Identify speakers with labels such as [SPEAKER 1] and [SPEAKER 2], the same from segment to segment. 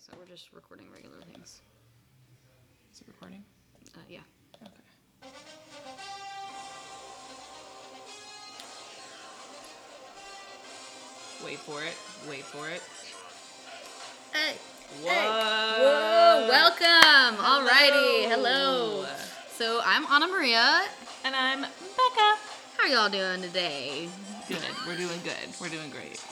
[SPEAKER 1] So we're just recording regular things.
[SPEAKER 2] Is it recording?
[SPEAKER 1] Uh, yeah.
[SPEAKER 2] Okay. Wait for it. Wait for it.
[SPEAKER 1] Hey.
[SPEAKER 2] Whoa.
[SPEAKER 1] Whoa. Welcome. Alrighty. Hello.
[SPEAKER 2] Hello.
[SPEAKER 1] So I'm Anna Maria.
[SPEAKER 2] And I'm Becca.
[SPEAKER 1] How are y'all doing today?
[SPEAKER 2] Good. We're doing good. We're doing great.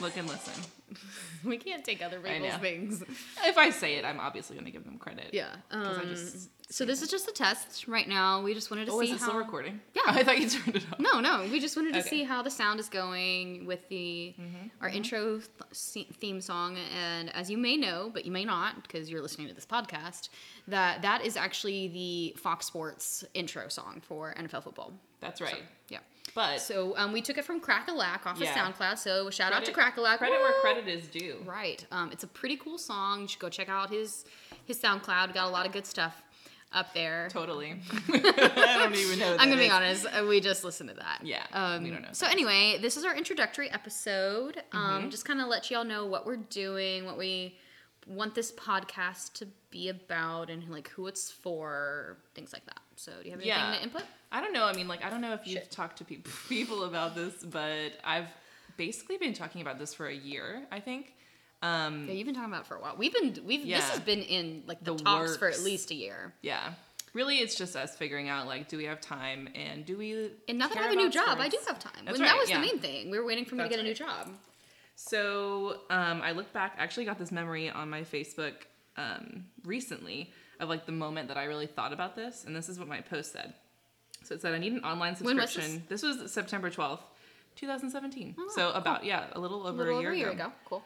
[SPEAKER 2] Look and listen.
[SPEAKER 1] We can't take other people's
[SPEAKER 2] know.
[SPEAKER 1] things.
[SPEAKER 2] If I say it, I'm obviously going to give them credit.
[SPEAKER 1] Yeah.
[SPEAKER 2] 'Cause I
[SPEAKER 1] um,
[SPEAKER 2] just-
[SPEAKER 1] so this is just a test right now. We just wanted to
[SPEAKER 2] Oh,
[SPEAKER 1] see
[SPEAKER 2] is it
[SPEAKER 1] how.
[SPEAKER 2] still recording?
[SPEAKER 1] Yeah.
[SPEAKER 2] I thought you turned it off.
[SPEAKER 1] No, no. We just wanted to
[SPEAKER 2] Okay. Mm-hmm.
[SPEAKER 1] see how the sound is going with the our intro th- se- theme song. And as you may know, but you may not because you're listening to this podcast, that that is actually the Fox Sports intro song for NFL football.
[SPEAKER 2] That's right.
[SPEAKER 1] Yeah.
[SPEAKER 2] But
[SPEAKER 1] So um, we took it from Crackalack off
[SPEAKER 2] Yeah.
[SPEAKER 1] of SoundCloud. So shout out to
[SPEAKER 2] credit-
[SPEAKER 1] Crackalack.
[SPEAKER 2] Credit
[SPEAKER 1] Woo!
[SPEAKER 2] where credit is due.
[SPEAKER 1] Right. Um, it's a pretty cool song. You should go check out his his SoundCloud. Got a lot of good stuff up there.
[SPEAKER 2] Totally. I don't even know.
[SPEAKER 1] I'm
[SPEAKER 2] that
[SPEAKER 1] gonna be
[SPEAKER 2] is.
[SPEAKER 1] honest. uh, We just listened to that.
[SPEAKER 2] Yeah,
[SPEAKER 1] Um,
[SPEAKER 2] we don't know Mm-hmm.
[SPEAKER 1] So anyway, this is our introductory episode. Um, Just kind of let y'all know what we're doing, what we want this podcast to be about, and like who it's for, things like that. So do you have anything
[SPEAKER 2] Yeah.
[SPEAKER 1] to input?
[SPEAKER 2] I don't know. I mean, like, I don't know if you've
[SPEAKER 1] Shit.
[SPEAKER 2] talked to peop people about this, but I've basically been talking about this for a year, I think. Um,
[SPEAKER 1] Yeah, you've been talking about it for a while. We've been we've
[SPEAKER 2] Yeah.
[SPEAKER 1] this has been in like the,
[SPEAKER 2] The
[SPEAKER 1] talks for at
[SPEAKER 2] works.
[SPEAKER 1] least a year.
[SPEAKER 2] yeah. Really, it's just us figuring out, like, do we have time and do we.
[SPEAKER 1] And now that I
[SPEAKER 2] care
[SPEAKER 1] have a new
[SPEAKER 2] about
[SPEAKER 1] job, I do
[SPEAKER 2] sports?
[SPEAKER 1] have time.
[SPEAKER 2] That's
[SPEAKER 1] and that
[SPEAKER 2] right,
[SPEAKER 1] was
[SPEAKER 2] yeah.
[SPEAKER 1] the main thing. We were waiting for me to
[SPEAKER 2] That's
[SPEAKER 1] get a new job.
[SPEAKER 2] So um, I look back, I actually got this memory on my Facebook um, recently of like the moment that I really thought about this. And this is what my post said. So it said, I need an online
[SPEAKER 1] When was
[SPEAKER 2] subscription. this? was September 12th, 2017. so about, yeah, a little
[SPEAKER 1] A
[SPEAKER 2] over
[SPEAKER 1] little
[SPEAKER 2] a year,
[SPEAKER 1] over a year
[SPEAKER 2] ago.
[SPEAKER 1] ago. Cool.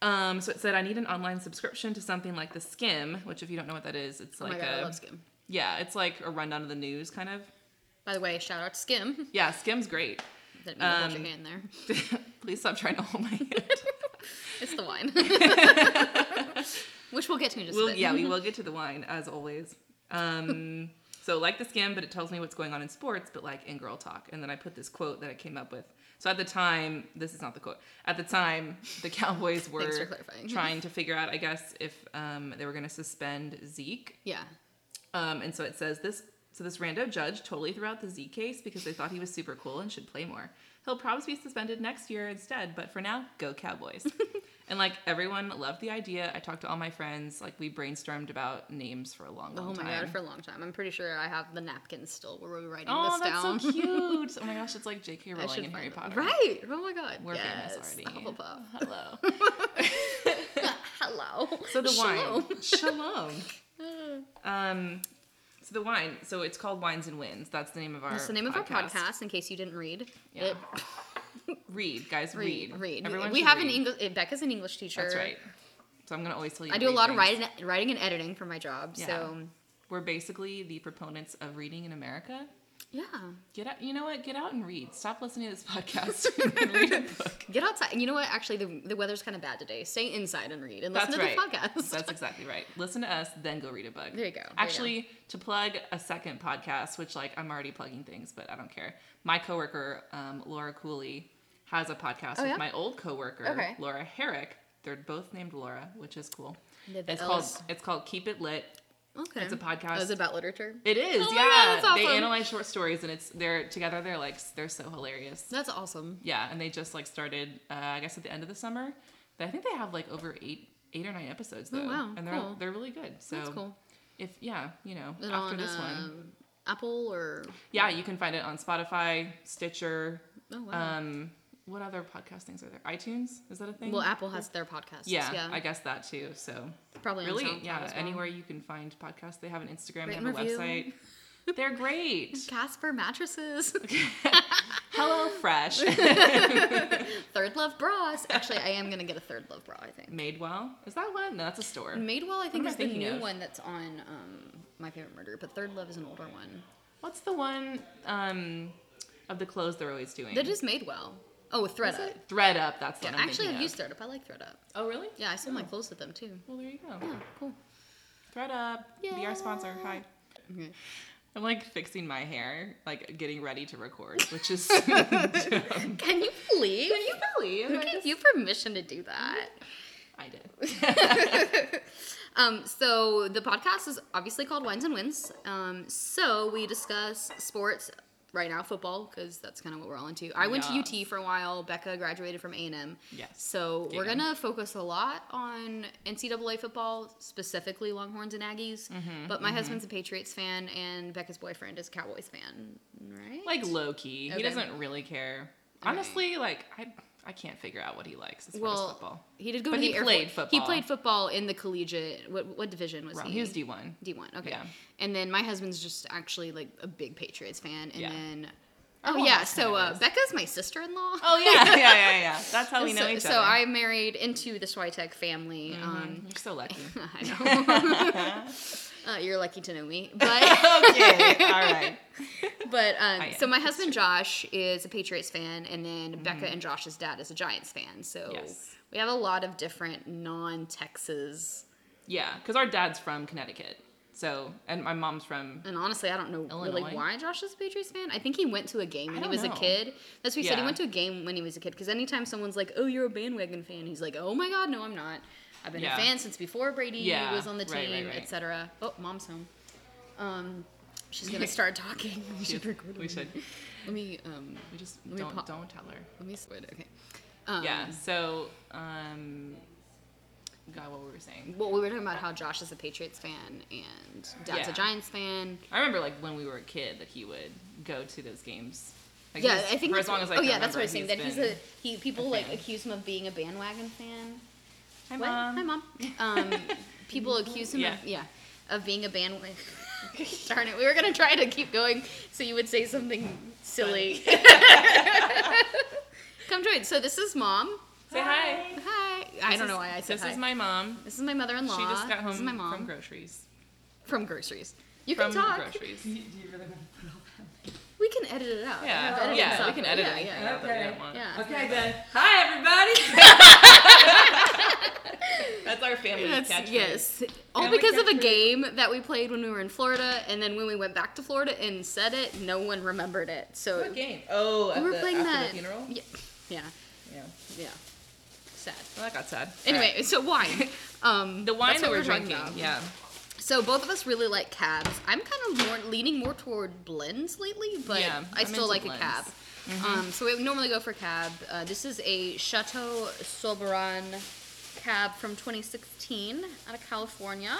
[SPEAKER 2] Um, so it said I need an online subscription to something like the Skim, which if you don't know what that is, it's
[SPEAKER 1] Oh
[SPEAKER 2] like
[SPEAKER 1] my god,
[SPEAKER 2] a
[SPEAKER 1] I love Skim.
[SPEAKER 2] yeah, it's like a rundown of the news kind of.
[SPEAKER 1] By the way, shout out to Skim.
[SPEAKER 2] Yeah, Skim's great.
[SPEAKER 1] Didn't mean to hold
[SPEAKER 2] Um,
[SPEAKER 1] your hand there.
[SPEAKER 2] Please stop trying to hold my hand.
[SPEAKER 1] It's the wine. Which we'll get to in just a
[SPEAKER 2] we'll,
[SPEAKER 1] bit.
[SPEAKER 2] yeah, we will get to the wine as always. Um, so like the Skim, but it tells me what's going on in sports, but like in girl talk. And then I put this quote that I came up with. So at the time, this is not the quote. At the time, the Cowboys
[SPEAKER 1] Thanks for
[SPEAKER 2] were
[SPEAKER 1] clarifying.
[SPEAKER 2] trying to figure out, I guess, if um, they were going to suspend Zeke
[SPEAKER 1] Yeah.
[SPEAKER 2] Um, and so it says this. So this rando judge totally threw out the Z case because they thought he was super cool and should play more. He'll probably be suspended next year instead, but for now, go Cowboys. and like everyone loved the idea. I talked to all my friends. Like we brainstormed about names for a long, long
[SPEAKER 1] Oh my
[SPEAKER 2] time.
[SPEAKER 1] god, for a long time. I'm pretty sure I have the napkins still where we're writing
[SPEAKER 2] oh,
[SPEAKER 1] this
[SPEAKER 2] that's
[SPEAKER 1] down.
[SPEAKER 2] so cute. Oh my gosh, it's like J.K.
[SPEAKER 1] I should
[SPEAKER 2] Rowling and Harry
[SPEAKER 1] find
[SPEAKER 2] Potter.
[SPEAKER 1] them. Right. Oh my god.
[SPEAKER 2] We're
[SPEAKER 1] yes.
[SPEAKER 2] famous
[SPEAKER 1] The
[SPEAKER 2] already.
[SPEAKER 1] Hufflepuff.
[SPEAKER 2] Hello.
[SPEAKER 1] Hello.
[SPEAKER 2] So the
[SPEAKER 1] Shalom.
[SPEAKER 2] wine. Shalom. um, so the wine. So it's called Wines and Wins. That's the name of our.
[SPEAKER 1] That's the name of our podcast, in case you didn't read.
[SPEAKER 2] Yeah.
[SPEAKER 1] It-
[SPEAKER 2] Read, guys, read.
[SPEAKER 1] read. read.
[SPEAKER 2] Everyone
[SPEAKER 1] we
[SPEAKER 2] should
[SPEAKER 1] have an
[SPEAKER 2] read.
[SPEAKER 1] English. Becca's an English teacher.
[SPEAKER 2] That's right. So I'm gonna always tell you.
[SPEAKER 1] I
[SPEAKER 2] to
[SPEAKER 1] do a
[SPEAKER 2] read
[SPEAKER 1] lot of
[SPEAKER 2] things.
[SPEAKER 1] writing, writing and editing for my job.
[SPEAKER 2] Yeah.
[SPEAKER 1] So
[SPEAKER 2] We're basically the proponents of reading in America.
[SPEAKER 1] yeah.
[SPEAKER 2] Get out. You know what? Get out and read. Stop listening to this podcast. and read a book.
[SPEAKER 1] Get outside. You know what? Actually, the, the weather's kind of bad today. Stay inside and read and listen
[SPEAKER 2] That's
[SPEAKER 1] to
[SPEAKER 2] right.
[SPEAKER 1] the podcast.
[SPEAKER 2] That's exactly right. Listen to us, then go read a book.
[SPEAKER 1] There you go. There you
[SPEAKER 2] Actually, to plug a second podcast, which like I'm already plugging things, but I don't care. My coworker, um, Laura Cooley, has a podcast
[SPEAKER 1] Oh,
[SPEAKER 2] with
[SPEAKER 1] yeah?
[SPEAKER 2] my old coworker,
[SPEAKER 1] Okay.
[SPEAKER 2] Laura Herrick. They're both named Laura, which is cool.
[SPEAKER 1] Yeah, the
[SPEAKER 2] It's called
[SPEAKER 1] L's.
[SPEAKER 2] it's called Keep It Lit.
[SPEAKER 1] okay.
[SPEAKER 2] it's a podcast.
[SPEAKER 1] It's about literature.
[SPEAKER 2] It is,
[SPEAKER 1] Oh my
[SPEAKER 2] yeah.
[SPEAKER 1] God, that's
[SPEAKER 2] They
[SPEAKER 1] awesome.
[SPEAKER 2] analyze short stories, and it's they're together. They're like they're so hilarious.
[SPEAKER 1] That's awesome.
[SPEAKER 2] Yeah, and they just like started. Uh, I guess at the end of the summer. But I think they have like over eight, eight or nine episodes though.
[SPEAKER 1] Oh, wow,
[SPEAKER 2] And they're
[SPEAKER 1] cool.
[SPEAKER 2] they're really good. So
[SPEAKER 1] That's cool.
[SPEAKER 2] if yeah, you know,
[SPEAKER 1] Is it
[SPEAKER 2] after
[SPEAKER 1] on
[SPEAKER 2] this one,
[SPEAKER 1] um, Apple or
[SPEAKER 2] yeah, you can find it on Spotify, Stitcher.
[SPEAKER 1] oh wow.
[SPEAKER 2] Um, what other podcast things are there? iTunes is that a thing?
[SPEAKER 1] well, Apple has their podcast.
[SPEAKER 2] Um, Yeah,
[SPEAKER 1] yeah.
[SPEAKER 2] I guess that too. So
[SPEAKER 1] Probably on
[SPEAKER 2] really,
[SPEAKER 1] SoundCloud
[SPEAKER 2] yeah,
[SPEAKER 1] as well.
[SPEAKER 2] anywhere you can find podcasts, they have an Instagram, they
[SPEAKER 1] Rate
[SPEAKER 2] have
[SPEAKER 1] and
[SPEAKER 2] a
[SPEAKER 1] review.
[SPEAKER 2] website. They're great.
[SPEAKER 1] Casper mattresses,
[SPEAKER 2] Hello Fresh.
[SPEAKER 1] Third Love bras. Actually, I am gonna get a Third Love bra. I think
[SPEAKER 2] Madewell? Is that one? No, that's a store.
[SPEAKER 1] Madewell. I
[SPEAKER 2] am
[SPEAKER 1] think
[SPEAKER 2] I
[SPEAKER 1] is the
[SPEAKER 2] thinking
[SPEAKER 1] new
[SPEAKER 2] of?
[SPEAKER 1] one that's on um, My Favorite Murder, but Third Love is an older one.
[SPEAKER 2] What's the one um, of the clothes they're always doing?
[SPEAKER 1] That is Madewell. Oh, ThreadUp.
[SPEAKER 2] Thread Up. That's the
[SPEAKER 1] Yeah,
[SPEAKER 2] one I'm
[SPEAKER 1] actually,
[SPEAKER 2] thinking
[SPEAKER 1] I've used
[SPEAKER 2] of.
[SPEAKER 1] ThreadUp. I like ThreadUp.
[SPEAKER 2] Oh, really?
[SPEAKER 1] Yeah, I sell my clothes to them too.
[SPEAKER 2] Well, there you go.
[SPEAKER 1] Yeah, cool.
[SPEAKER 2] Thread Up. Be
[SPEAKER 1] Yeah.
[SPEAKER 2] our sponsor. Hi.
[SPEAKER 1] Okay.
[SPEAKER 2] I'm like fixing my hair, like getting ready to record, which is.
[SPEAKER 1] Can you believe?
[SPEAKER 2] you believe?
[SPEAKER 1] Who gave you permission to do that?
[SPEAKER 2] I did.
[SPEAKER 1] Um, so the podcast is obviously called Wines and Wins. Um, so we discuss sports right now, football, because that's kind of what we're all into. I went
[SPEAKER 2] Yes.
[SPEAKER 1] to UT for a while. Becca graduated from A and M.
[SPEAKER 2] Yes.
[SPEAKER 1] So we're
[SPEAKER 2] Damn.
[SPEAKER 1] gonna focus a lot on NCAA football, specifically Longhorns and Aggies.
[SPEAKER 2] Mm-hmm,
[SPEAKER 1] but my husband's a Patriots fan, and Becca's boyfriend is a Cowboys fan, right?
[SPEAKER 2] Like low key,
[SPEAKER 1] Okay.
[SPEAKER 2] he doesn't really care. Honestly, like I, I can't figure out what he likes as far as
[SPEAKER 1] well,
[SPEAKER 2] football.
[SPEAKER 1] he did go
[SPEAKER 2] But
[SPEAKER 1] to the
[SPEAKER 2] he
[SPEAKER 1] Air Force-
[SPEAKER 2] played
[SPEAKER 1] He
[SPEAKER 2] football.
[SPEAKER 1] played football in the collegiate. What what division was
[SPEAKER 2] Wrong.
[SPEAKER 1] he?
[SPEAKER 2] He was D one.
[SPEAKER 1] D one. Okay.
[SPEAKER 2] Yeah.
[SPEAKER 1] And then my husband's just actually like a big Patriots fan, and
[SPEAKER 2] Yeah.
[SPEAKER 1] then
[SPEAKER 2] Our
[SPEAKER 1] oh
[SPEAKER 2] mom
[SPEAKER 1] yeah,
[SPEAKER 2] was kind
[SPEAKER 1] so
[SPEAKER 2] of
[SPEAKER 1] uh,
[SPEAKER 2] is.
[SPEAKER 1] Becca's my sister in law.
[SPEAKER 2] Oh yeah, yeah, yeah, yeah. That's how we know
[SPEAKER 1] so, uh,
[SPEAKER 2] each
[SPEAKER 1] so
[SPEAKER 2] other. Mm-hmm.
[SPEAKER 1] I married into the Switek family. Um,
[SPEAKER 2] You're so lucky.
[SPEAKER 1] I know. uh, you're lucky to know me, but.
[SPEAKER 2] okay, all right.
[SPEAKER 1] But um,
[SPEAKER 2] I am. Mm-hmm.
[SPEAKER 1] so my husband Josh is a Patriots fan, and then Becca and Josh's dad is a Giants fan. So
[SPEAKER 2] Yes.
[SPEAKER 1] we have a lot of different non-Texas,
[SPEAKER 2] Yeah, because our dad's from Connecticut, so and my mom's from.
[SPEAKER 1] and honestly, I don't know really
[SPEAKER 2] Illinois?
[SPEAKER 1] why Josh is a Patriots fan. I think he went to a game when he
[SPEAKER 2] don't
[SPEAKER 1] was a
[SPEAKER 2] know.
[SPEAKER 1] kid. That's what he said. He
[SPEAKER 2] Yeah.
[SPEAKER 1] went to a game when he was a kid because anytime someone's like, "Oh, you're a bandwagon fan," he's like, "Oh my God, no, I'm not. I've been
[SPEAKER 2] Yeah.
[SPEAKER 1] a fan since before Brady
[SPEAKER 2] Yeah,
[SPEAKER 1] was on the
[SPEAKER 2] right, right,
[SPEAKER 1] team,
[SPEAKER 2] right.
[SPEAKER 1] etc." Oh, mom's home. Um, she's gonna start talking. We should record.
[SPEAKER 2] We should.
[SPEAKER 1] Let me. Um,
[SPEAKER 2] We just
[SPEAKER 1] Let me
[SPEAKER 2] don't
[SPEAKER 1] pa-
[SPEAKER 2] don't tell her.
[SPEAKER 1] let me switch. Okay. Um,
[SPEAKER 2] yeah. So um, God, what were we saying?
[SPEAKER 1] Well, we were talking about how Josh is a Patriots fan and Dad's a
[SPEAKER 2] Yeah.
[SPEAKER 1] Giants fan.
[SPEAKER 2] I remember like when we were a kid that he would go to those games. Like,
[SPEAKER 1] yeah,
[SPEAKER 2] he's-
[SPEAKER 1] I think
[SPEAKER 2] for as
[SPEAKER 1] that's-
[SPEAKER 2] long as I
[SPEAKER 1] oh
[SPEAKER 2] can
[SPEAKER 1] yeah, that's
[SPEAKER 2] remember,
[SPEAKER 1] what I was saying. That he's
[SPEAKER 2] been-
[SPEAKER 1] a he. People
[SPEAKER 2] a
[SPEAKER 1] like
[SPEAKER 2] fan.
[SPEAKER 1] accuse him of being a bandwagon fan.
[SPEAKER 2] Hi,
[SPEAKER 1] What?
[SPEAKER 2] Mom.
[SPEAKER 1] Hi mom. Um, people accuse him
[SPEAKER 2] Yeah.
[SPEAKER 1] of yeah of being a bandwagon. Darn it, we were gonna try to keep going so you would say something silly. Come join. So this is mom.
[SPEAKER 2] Say hi.
[SPEAKER 1] Hi. I
[SPEAKER 2] This
[SPEAKER 1] don't
[SPEAKER 2] is-
[SPEAKER 1] know why I said
[SPEAKER 2] This
[SPEAKER 1] hi.
[SPEAKER 2] is my mom.
[SPEAKER 1] this is my mother-in-law.
[SPEAKER 2] She just got
[SPEAKER 1] This is
[SPEAKER 2] home
[SPEAKER 1] my mom
[SPEAKER 2] from groceries.
[SPEAKER 1] From groceries. You
[SPEAKER 2] From
[SPEAKER 1] can talk.
[SPEAKER 2] groceries.
[SPEAKER 3] Do you, do you really want to put all that?
[SPEAKER 1] We can edit it out. I have
[SPEAKER 2] Yeah,
[SPEAKER 1] editing
[SPEAKER 2] yeah, we
[SPEAKER 1] software.
[SPEAKER 2] can edit
[SPEAKER 1] Yeah,
[SPEAKER 2] anything
[SPEAKER 1] yeah.
[SPEAKER 2] out that we
[SPEAKER 3] Okay.
[SPEAKER 2] don't want.
[SPEAKER 1] Yeah.
[SPEAKER 3] Okay then. Hi everybody.
[SPEAKER 2] That's our family
[SPEAKER 1] That's,
[SPEAKER 2] catchphrase.
[SPEAKER 1] yes. All
[SPEAKER 3] And we
[SPEAKER 1] because of a
[SPEAKER 3] catch it.
[SPEAKER 1] game that we played when we were in Florida, and then when we went back to Florida and said it, no one remembered it. So
[SPEAKER 3] What game? Oh,
[SPEAKER 1] we
[SPEAKER 3] at
[SPEAKER 1] were
[SPEAKER 3] the,
[SPEAKER 1] playing
[SPEAKER 3] after
[SPEAKER 1] that.
[SPEAKER 3] the funeral.
[SPEAKER 1] Yeah, yeah,
[SPEAKER 3] Yeah.
[SPEAKER 1] yeah. Sad.
[SPEAKER 2] Well, that got sad.
[SPEAKER 1] Anyway,
[SPEAKER 2] Alright.
[SPEAKER 1] so wine. Um,
[SPEAKER 2] the wine
[SPEAKER 1] that's
[SPEAKER 2] that
[SPEAKER 1] what
[SPEAKER 2] we're,
[SPEAKER 1] talking
[SPEAKER 2] drinking.
[SPEAKER 1] about.
[SPEAKER 2] Yeah.
[SPEAKER 1] So both of us really like cabs. I'm kind of more leaning more toward blends lately, but
[SPEAKER 2] Yeah,
[SPEAKER 1] I
[SPEAKER 2] I'm
[SPEAKER 1] still like
[SPEAKER 2] into blends. Mm-hmm.
[SPEAKER 1] a cab. Um, so we normally go for cab. Uh, this is a Chateau Soberan cab from 2016 out of California.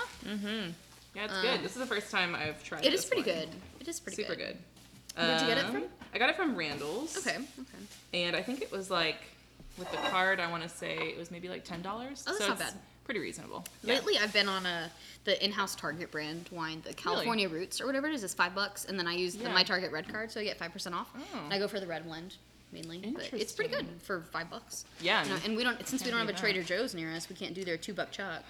[SPEAKER 2] Yeah, it's good. This is the first time I've tried.
[SPEAKER 1] Uh, It is
[SPEAKER 2] this
[SPEAKER 1] pretty
[SPEAKER 2] one.
[SPEAKER 1] good. It is pretty
[SPEAKER 2] Super
[SPEAKER 1] good.
[SPEAKER 2] good.
[SPEAKER 1] Where'd you get it
[SPEAKER 2] Um,
[SPEAKER 1] from?
[SPEAKER 2] I got it from Randall's.
[SPEAKER 1] Okay. Okay.
[SPEAKER 2] And I think it was like with the card. I want to say it was maybe like ten dollars.
[SPEAKER 1] Oh, that's
[SPEAKER 2] so
[SPEAKER 1] not
[SPEAKER 2] it's
[SPEAKER 1] bad.
[SPEAKER 2] Pretty reasonable. Yeah.
[SPEAKER 1] Lately, I've been on a the in-house Target brand wine, the California Roots or whatever it is, is five bucks, and then I use the,
[SPEAKER 2] Yeah.
[SPEAKER 1] my Target red card, so I get five percent off.
[SPEAKER 2] Oh.
[SPEAKER 1] And I go for the red blend mainly, but it's pretty good
[SPEAKER 2] Interesting.
[SPEAKER 1] for five bucks.
[SPEAKER 2] Yeah,
[SPEAKER 1] You know, and, we don't since we don't have
[SPEAKER 2] can't
[SPEAKER 1] a
[SPEAKER 2] beat
[SPEAKER 1] Trader Joe's near us, we can't do their two buck chuck.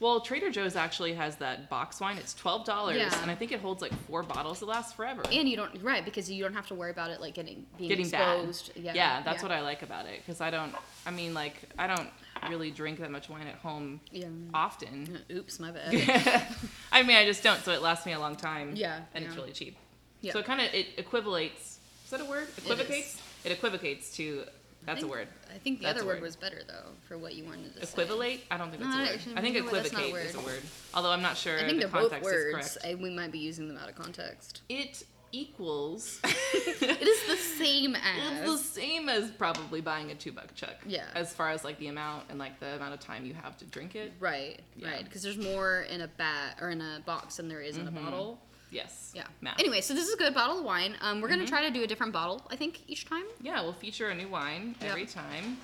[SPEAKER 2] Well, Trader Joe's actually has that box wine. It's twelve dollars,
[SPEAKER 1] Yeah.
[SPEAKER 2] and I think it holds like four bottles. It lasts forever.
[SPEAKER 1] And you don't right because you don't have to worry about it like getting being
[SPEAKER 2] Getting
[SPEAKER 1] exposed.
[SPEAKER 2] bad. Yeah, that's what I like about it because I don't. I mean, like I don't really drink that much wine at home
[SPEAKER 1] Yeah.
[SPEAKER 2] often.
[SPEAKER 1] Oops, my bad.
[SPEAKER 2] I mean, I just don't. So it lasts me a long time.
[SPEAKER 1] Yeah,
[SPEAKER 2] and it's
[SPEAKER 1] yeah.
[SPEAKER 2] really cheap.
[SPEAKER 1] Yeah.
[SPEAKER 2] So it kind of it equivalates. Is that a word? Equivocates. It, equivocates to.
[SPEAKER 1] I
[SPEAKER 2] That's a
[SPEAKER 1] think-
[SPEAKER 2] word.
[SPEAKER 1] I think the
[SPEAKER 2] That's
[SPEAKER 1] other
[SPEAKER 2] a
[SPEAKER 1] word.
[SPEAKER 2] word.
[SPEAKER 1] was better though for what you wanted to say.
[SPEAKER 2] Equivalate? I don't think
[SPEAKER 1] No,
[SPEAKER 2] that's a
[SPEAKER 1] I
[SPEAKER 2] word.
[SPEAKER 1] actually-
[SPEAKER 2] I think
[SPEAKER 1] you know what, that's not a
[SPEAKER 2] equivocate is a
[SPEAKER 1] word.
[SPEAKER 2] word. Although I'm not sure
[SPEAKER 1] I think
[SPEAKER 2] the
[SPEAKER 1] they're both
[SPEAKER 2] context is
[SPEAKER 1] words.
[SPEAKER 2] correct.
[SPEAKER 1] I, we might be using them out of context.
[SPEAKER 2] It equals.
[SPEAKER 1] It is the same as.
[SPEAKER 2] It's the same as probably buying a two buck chuck.
[SPEAKER 1] Yeah.
[SPEAKER 2] As far as like the amount and like the amount of time you have to drink it.
[SPEAKER 1] Right,
[SPEAKER 2] Yeah.
[SPEAKER 1] right. Because there's more in a bat or in a box than there is in a bottle.
[SPEAKER 2] Yes.
[SPEAKER 1] Mm-hmm. Yeah.
[SPEAKER 2] Math.
[SPEAKER 1] Anyway, so this is a good bottle of wine. Um, we're gonna try to do a different bottle, I think, each time.
[SPEAKER 2] Yeah, we'll feature a new wine
[SPEAKER 1] Yeah.
[SPEAKER 2] every time.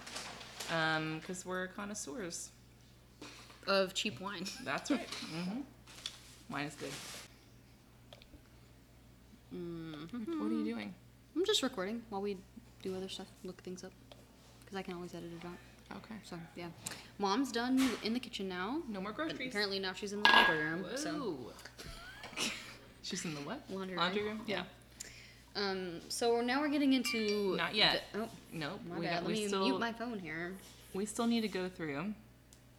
[SPEAKER 2] Um, because we're connoisseurs.
[SPEAKER 1] Of cheap wine.
[SPEAKER 2] That's right. hmm Wine is good.
[SPEAKER 1] Mm-hmm. Hmm.
[SPEAKER 2] What are you doing?
[SPEAKER 1] I'm just recording while we do other stuff, look things up, because I can always edit it out.
[SPEAKER 2] Okay.
[SPEAKER 1] So yeah, mom's done in the kitchen now.
[SPEAKER 2] No more
[SPEAKER 1] But
[SPEAKER 2] groceries.
[SPEAKER 1] apparently now she's in the laundry room.
[SPEAKER 2] Whoa.
[SPEAKER 1] So
[SPEAKER 2] She's in the what?
[SPEAKER 1] Laundry room.
[SPEAKER 2] room? Yeah.
[SPEAKER 1] um, so we're, now we're getting into
[SPEAKER 2] Not yet.
[SPEAKER 1] the- oh,
[SPEAKER 2] Nope.
[SPEAKER 1] my
[SPEAKER 2] we,
[SPEAKER 1] bad.
[SPEAKER 2] got-
[SPEAKER 1] Let
[SPEAKER 2] we
[SPEAKER 1] me
[SPEAKER 2] still
[SPEAKER 1] mute my phone here.
[SPEAKER 2] we still need to go through.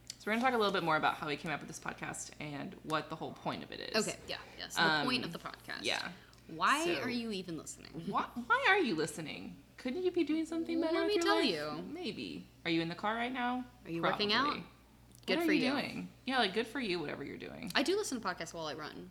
[SPEAKER 2] So we're gonna talk a little bit more about how we came up with this podcast and what the whole point of it is.
[SPEAKER 1] Okay. Yeah. Yes. The
[SPEAKER 2] Um,
[SPEAKER 1] point of the podcast.
[SPEAKER 2] Yeah.
[SPEAKER 1] Why
[SPEAKER 2] So-
[SPEAKER 1] are you even listening?
[SPEAKER 2] Why, why are you listening? Couldn't you be doing something better?
[SPEAKER 1] Let
[SPEAKER 2] with
[SPEAKER 1] me
[SPEAKER 2] your
[SPEAKER 1] tell
[SPEAKER 2] life?
[SPEAKER 1] you.
[SPEAKER 2] Maybe. Are you in the car right now?
[SPEAKER 1] Are you working out?
[SPEAKER 2] Probably.
[SPEAKER 1] Good
[SPEAKER 2] what are
[SPEAKER 1] for
[SPEAKER 2] you,
[SPEAKER 1] you.
[SPEAKER 2] doing? Yeah, like good for you, whatever you're doing.
[SPEAKER 1] I do listen to podcasts while I run.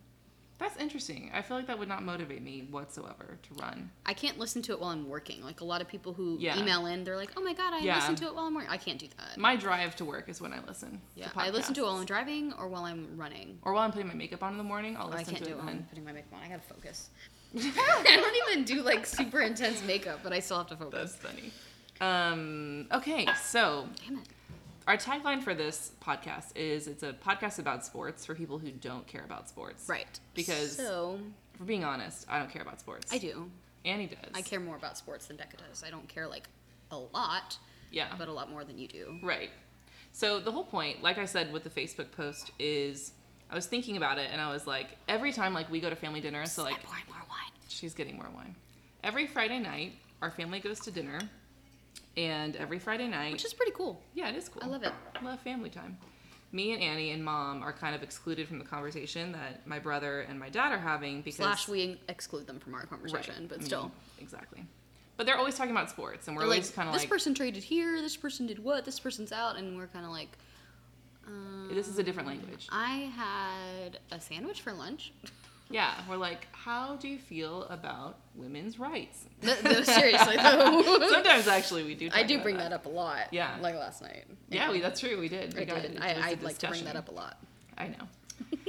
[SPEAKER 2] That's interesting. I feel like that would not motivate me whatsoever to run.
[SPEAKER 1] I can't listen to it while I'm working. Like a lot of people who
[SPEAKER 2] Yeah.
[SPEAKER 1] email in, they're like, "Oh my god, I
[SPEAKER 2] Yeah.
[SPEAKER 1] listen to it while I'm working." I can't do that.
[SPEAKER 2] My drive to work is when I listen.
[SPEAKER 1] yeah,
[SPEAKER 2] to
[SPEAKER 1] I listen to it while
[SPEAKER 2] podcasts.
[SPEAKER 1] I'm driving or while I'm running.
[SPEAKER 2] or while I'm putting my makeup on in the morning. I'll
[SPEAKER 1] Oh, I
[SPEAKER 2] listen
[SPEAKER 1] can't
[SPEAKER 2] to
[SPEAKER 1] do
[SPEAKER 2] it
[SPEAKER 1] it while I'm
[SPEAKER 2] then.
[SPEAKER 1] putting my makeup on. I gotta focus. I don't even do like super intense makeup, but I still have to focus.
[SPEAKER 2] That's funny. Um, okay, so
[SPEAKER 1] Damn it.
[SPEAKER 2] our tagline for this podcast is it's a podcast about sports for people who don't care about sports.
[SPEAKER 1] Right.
[SPEAKER 2] Because-
[SPEAKER 1] so
[SPEAKER 2] For being honest, I don't care about sports.
[SPEAKER 1] I do.
[SPEAKER 2] Annie does.
[SPEAKER 1] I care more about sports than Becca does. I don't care like a lot,
[SPEAKER 2] Yeah.
[SPEAKER 1] but a lot more than you do.
[SPEAKER 2] Right. So the whole point, like I said with the Facebook post, is I was thinking about it and I was like, every time like we go to family dinner, so like
[SPEAKER 1] I'm pouring more wine.
[SPEAKER 2] she's getting more wine. Every Friday night, our family goes to dinner, and every Friday night,
[SPEAKER 1] Which is pretty cool.
[SPEAKER 2] yeah, it is cool.
[SPEAKER 1] I love it.
[SPEAKER 2] Love family time. Me and Annie and mom are kind of excluded from the conversation that my brother and my dad are having because
[SPEAKER 1] Slash, we exclude them from our conversation,
[SPEAKER 2] Right. Mm-hmm. I
[SPEAKER 1] but
[SPEAKER 2] mean,
[SPEAKER 1] still.
[SPEAKER 2] exactly. But they're always talking about sports, and we're
[SPEAKER 1] They're
[SPEAKER 2] always kind of
[SPEAKER 1] this
[SPEAKER 2] like,
[SPEAKER 1] person traded here, this person did what, this person's out, and we're kind of like, um,
[SPEAKER 2] this is a different language.
[SPEAKER 1] I had a sandwich for lunch.
[SPEAKER 2] Yeah, we're like, how do you feel about women's rights?
[SPEAKER 1] no, no, seriously though,
[SPEAKER 2] Sometimes actually we do.
[SPEAKER 1] I
[SPEAKER 2] talk
[SPEAKER 1] do
[SPEAKER 2] about
[SPEAKER 1] bring that up a lot.
[SPEAKER 2] Yeah.
[SPEAKER 1] like last night.
[SPEAKER 2] Yeah, we, that's true. We did. We
[SPEAKER 1] I
[SPEAKER 2] got
[SPEAKER 1] did.
[SPEAKER 2] into this
[SPEAKER 1] I, I like to bring
[SPEAKER 2] discussion.
[SPEAKER 1] that up a lot.
[SPEAKER 2] I know.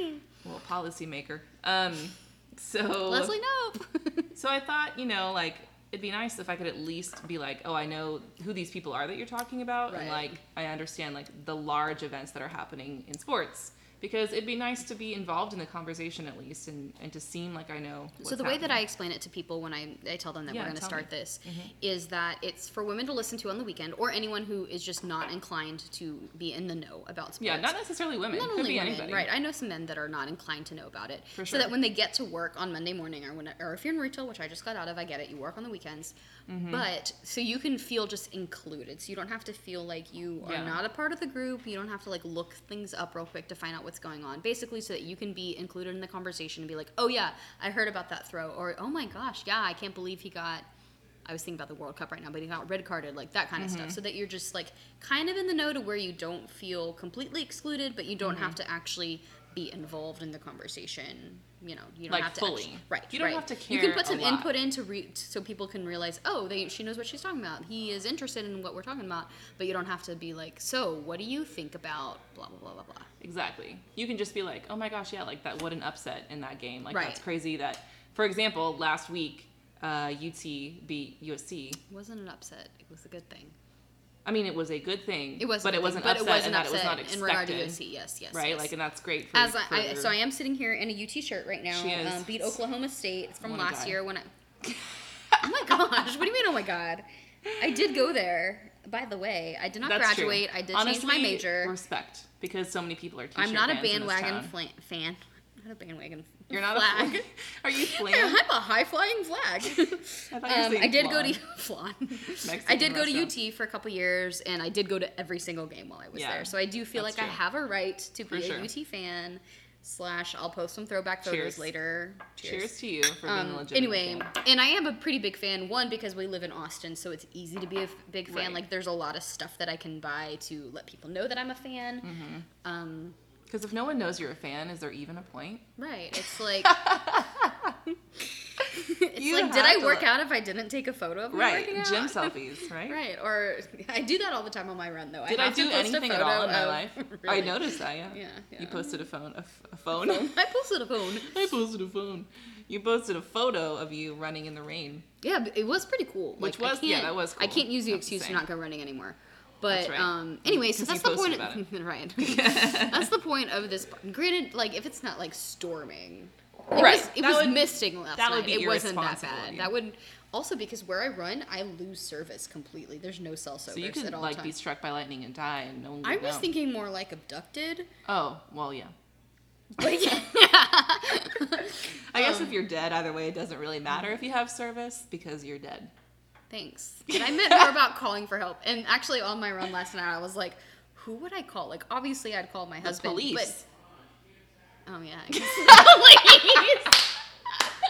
[SPEAKER 2] well, policymaker. Um, so
[SPEAKER 1] Leslie, no.
[SPEAKER 2] So I thought, you know, like it'd be nice if I could at least be like, oh, I know who these people are that you're talking about, and
[SPEAKER 1] Right.
[SPEAKER 2] like I understand like the large events that are happening in sports. Because it'd be nice to be involved in the conversation at least, and, and to seem like I know. What's
[SPEAKER 1] so the way that I
[SPEAKER 2] happening.
[SPEAKER 1] explain it to people when I, I tell them that
[SPEAKER 2] Yeah,
[SPEAKER 1] we're going to
[SPEAKER 2] tell
[SPEAKER 1] start
[SPEAKER 2] me.
[SPEAKER 1] this
[SPEAKER 2] Mm-hmm.
[SPEAKER 1] is that it's for women to listen to on the weekend or anyone who is just not inclined to be in the know about sports.
[SPEAKER 2] yeah, not necessarily women,
[SPEAKER 1] Not
[SPEAKER 2] could
[SPEAKER 1] only
[SPEAKER 2] be
[SPEAKER 1] women,
[SPEAKER 2] anybody,
[SPEAKER 1] right? I know some men that are not inclined to know about it,
[SPEAKER 2] For
[SPEAKER 1] so that
[SPEAKER 2] sure.
[SPEAKER 1] when they get to work on Monday morning, or when, or if you're in retail, which I just got out of, I get it. You work on the weekends,
[SPEAKER 2] Mm-hmm.
[SPEAKER 1] but so you can feel just included. So you don't have to feel like you
[SPEAKER 2] Yeah.
[SPEAKER 1] are not a part of the group. You don't have to like look things up real quick to find out what's going on. Basically, so that you can be included in the conversation and be like, oh yeah, I heard about that throw, or oh my gosh, yeah, I can't believe he got. I was thinking about the World Cup right now, but he got red carded, like that kind of
[SPEAKER 2] Mm-hmm.
[SPEAKER 1] stuff. So that you're just like kind of in the know to where you don't feel completely excluded, but you don't
[SPEAKER 2] Mm-hmm.
[SPEAKER 1] have to actually be involved in the conversation. You know, you don't
[SPEAKER 2] Like,
[SPEAKER 1] have to
[SPEAKER 2] fully.
[SPEAKER 1] actu- right.
[SPEAKER 2] You don't
[SPEAKER 1] right.
[SPEAKER 2] have to
[SPEAKER 1] You can
[SPEAKER 2] care
[SPEAKER 1] put
[SPEAKER 2] a
[SPEAKER 1] some
[SPEAKER 2] lot.
[SPEAKER 1] input in to re- so people can realize, oh, they she knows what she's talking about. He is interested in what we're talking about, but you don't have to be like, so what do you think about blah blah blah blah blah.
[SPEAKER 2] Exactly. You can just be like, oh my gosh, yeah, like that. What an upset in that game. Like
[SPEAKER 1] Right.
[SPEAKER 2] that's crazy. That, for example, last week, uh, UT beat USC.
[SPEAKER 1] It wasn't an upset. It was a good thing.
[SPEAKER 2] I mean, it was a good thing.
[SPEAKER 1] It was,
[SPEAKER 2] but
[SPEAKER 1] a
[SPEAKER 2] it
[SPEAKER 1] good
[SPEAKER 2] wasn't
[SPEAKER 1] thing,
[SPEAKER 2] upset,
[SPEAKER 1] but it was an
[SPEAKER 2] and that it was
[SPEAKER 1] upset
[SPEAKER 2] not expected.
[SPEAKER 1] in regard to USC. Yes, yes,
[SPEAKER 2] right?
[SPEAKER 1] yes.
[SPEAKER 2] Like, and that's great for.
[SPEAKER 1] As I, I
[SPEAKER 2] for-
[SPEAKER 1] so I am sitting here in a UT shirt right now.
[SPEAKER 2] She is.
[SPEAKER 1] Um, beat Oklahoma State. It's from
[SPEAKER 2] Wanna
[SPEAKER 1] last
[SPEAKER 2] die.
[SPEAKER 1] year when I. oh my gosh! What do you mean? Oh my god! I did go there. By the way, I did not
[SPEAKER 2] That's true.
[SPEAKER 1] graduate. I did change
[SPEAKER 2] Honestly,
[SPEAKER 1] my major.
[SPEAKER 2] Respect, because so many people are.
[SPEAKER 1] I'm
[SPEAKER 2] t-shirt
[SPEAKER 1] not a
[SPEAKER 2] fans in this
[SPEAKER 1] bandwagon
[SPEAKER 2] town.
[SPEAKER 1] flan- fan. I'm not a bandwagon.
[SPEAKER 2] You're not a
[SPEAKER 1] flag.
[SPEAKER 2] flan. Are you
[SPEAKER 1] I'm
[SPEAKER 2] flan?
[SPEAKER 1] a high flying flag.
[SPEAKER 2] I thought you were
[SPEAKER 1] um,
[SPEAKER 2] saying
[SPEAKER 1] I did go to
[SPEAKER 2] flan.
[SPEAKER 1] flan. I
[SPEAKER 2] Mexican
[SPEAKER 1] did go
[SPEAKER 2] restaurant.
[SPEAKER 1] to UT for a couple years, and I did go to every single game while I was
[SPEAKER 2] Yeah,
[SPEAKER 1] there. So I do feel like
[SPEAKER 2] that's
[SPEAKER 1] I
[SPEAKER 2] true.
[SPEAKER 1] have a right to
[SPEAKER 2] For
[SPEAKER 1] be
[SPEAKER 2] sure.
[SPEAKER 1] a UT fan. Slash, I'll post some throwback
[SPEAKER 2] Cheers.
[SPEAKER 1] photos later.
[SPEAKER 2] Cheers. to you for being
[SPEAKER 1] Um,
[SPEAKER 2] a legitimate.
[SPEAKER 1] anyway,
[SPEAKER 2] fan.
[SPEAKER 1] and I am a pretty big fan. One because we live in Austin, so it's easy to be a f- big fan.
[SPEAKER 2] Right.
[SPEAKER 1] Like there's a lot of stuff that I can buy to let people know that I'm a fan.
[SPEAKER 2] Mm-hmm.
[SPEAKER 1] Um,
[SPEAKER 2] because if no one knows you're a fan, is there even a point?
[SPEAKER 1] right. It's like it's
[SPEAKER 2] You
[SPEAKER 1] like did
[SPEAKER 2] have
[SPEAKER 1] I
[SPEAKER 2] to
[SPEAKER 1] work
[SPEAKER 2] look-
[SPEAKER 1] out if I didn't take a photo of me
[SPEAKER 2] Right,
[SPEAKER 1] working out?
[SPEAKER 2] gym selfies, right?
[SPEAKER 1] Right. Or I do that all the time on my run though.
[SPEAKER 2] Did I,
[SPEAKER 1] have to
[SPEAKER 2] do
[SPEAKER 1] post a
[SPEAKER 2] anything at
[SPEAKER 1] photo
[SPEAKER 2] all in my
[SPEAKER 1] of-
[SPEAKER 2] life? I
[SPEAKER 1] Really.
[SPEAKER 2] noticed that. Yeah.
[SPEAKER 1] Yeah,
[SPEAKER 2] You
[SPEAKER 1] yeah.
[SPEAKER 2] posted a phone. A, f- a phone.
[SPEAKER 1] I posted a phone.
[SPEAKER 2] I posted a phone. You posted a photo of you running in the rain.
[SPEAKER 1] Yeah, but it was pretty cool.
[SPEAKER 2] Which
[SPEAKER 1] I
[SPEAKER 2] was- yeah,
[SPEAKER 1] can't-
[SPEAKER 2] that was
[SPEAKER 1] I
[SPEAKER 2] cool.
[SPEAKER 1] can't use the
[SPEAKER 2] That's the
[SPEAKER 1] excuse to
[SPEAKER 2] same.
[SPEAKER 1] not go running anymore.
[SPEAKER 2] That's
[SPEAKER 1] But
[SPEAKER 2] right.
[SPEAKER 1] um, anyway, so
[SPEAKER 2] 'Cause you
[SPEAKER 1] that's the
[SPEAKER 2] posted
[SPEAKER 1] point.
[SPEAKER 2] about
[SPEAKER 1] right. that's the point of this. Granted, like if it's not like storming, it
[SPEAKER 2] Right.
[SPEAKER 1] Was, it
[SPEAKER 2] That
[SPEAKER 1] was
[SPEAKER 2] would-
[SPEAKER 1] misting last
[SPEAKER 2] that
[SPEAKER 1] night.
[SPEAKER 2] would be
[SPEAKER 1] it wasn't that
[SPEAKER 2] irresponsible of
[SPEAKER 1] bad.
[SPEAKER 2] you.
[SPEAKER 1] That would also because where I run, I lose service completely. Oh, There's no cell service
[SPEAKER 2] So you could
[SPEAKER 1] at all
[SPEAKER 2] like be
[SPEAKER 1] times.
[SPEAKER 2] struck by lightning and die, and no one. Would
[SPEAKER 1] I was
[SPEAKER 2] know.
[SPEAKER 1] thinking more like abducted.
[SPEAKER 2] Oh well, yeah.
[SPEAKER 1] But yeah.
[SPEAKER 2] I guess
[SPEAKER 1] Um,
[SPEAKER 2] if you're dead, either way, it doesn't
[SPEAKER 1] mm-hmm.
[SPEAKER 2] really matter if you have service because you're dead.
[SPEAKER 1] Thanks. But I meant more about calling for help. And actually, on my run last night, I was like, who would I call? Like, obviously, I'd call my husband.
[SPEAKER 2] police.
[SPEAKER 1] But, oh, yeah. I guess. Police!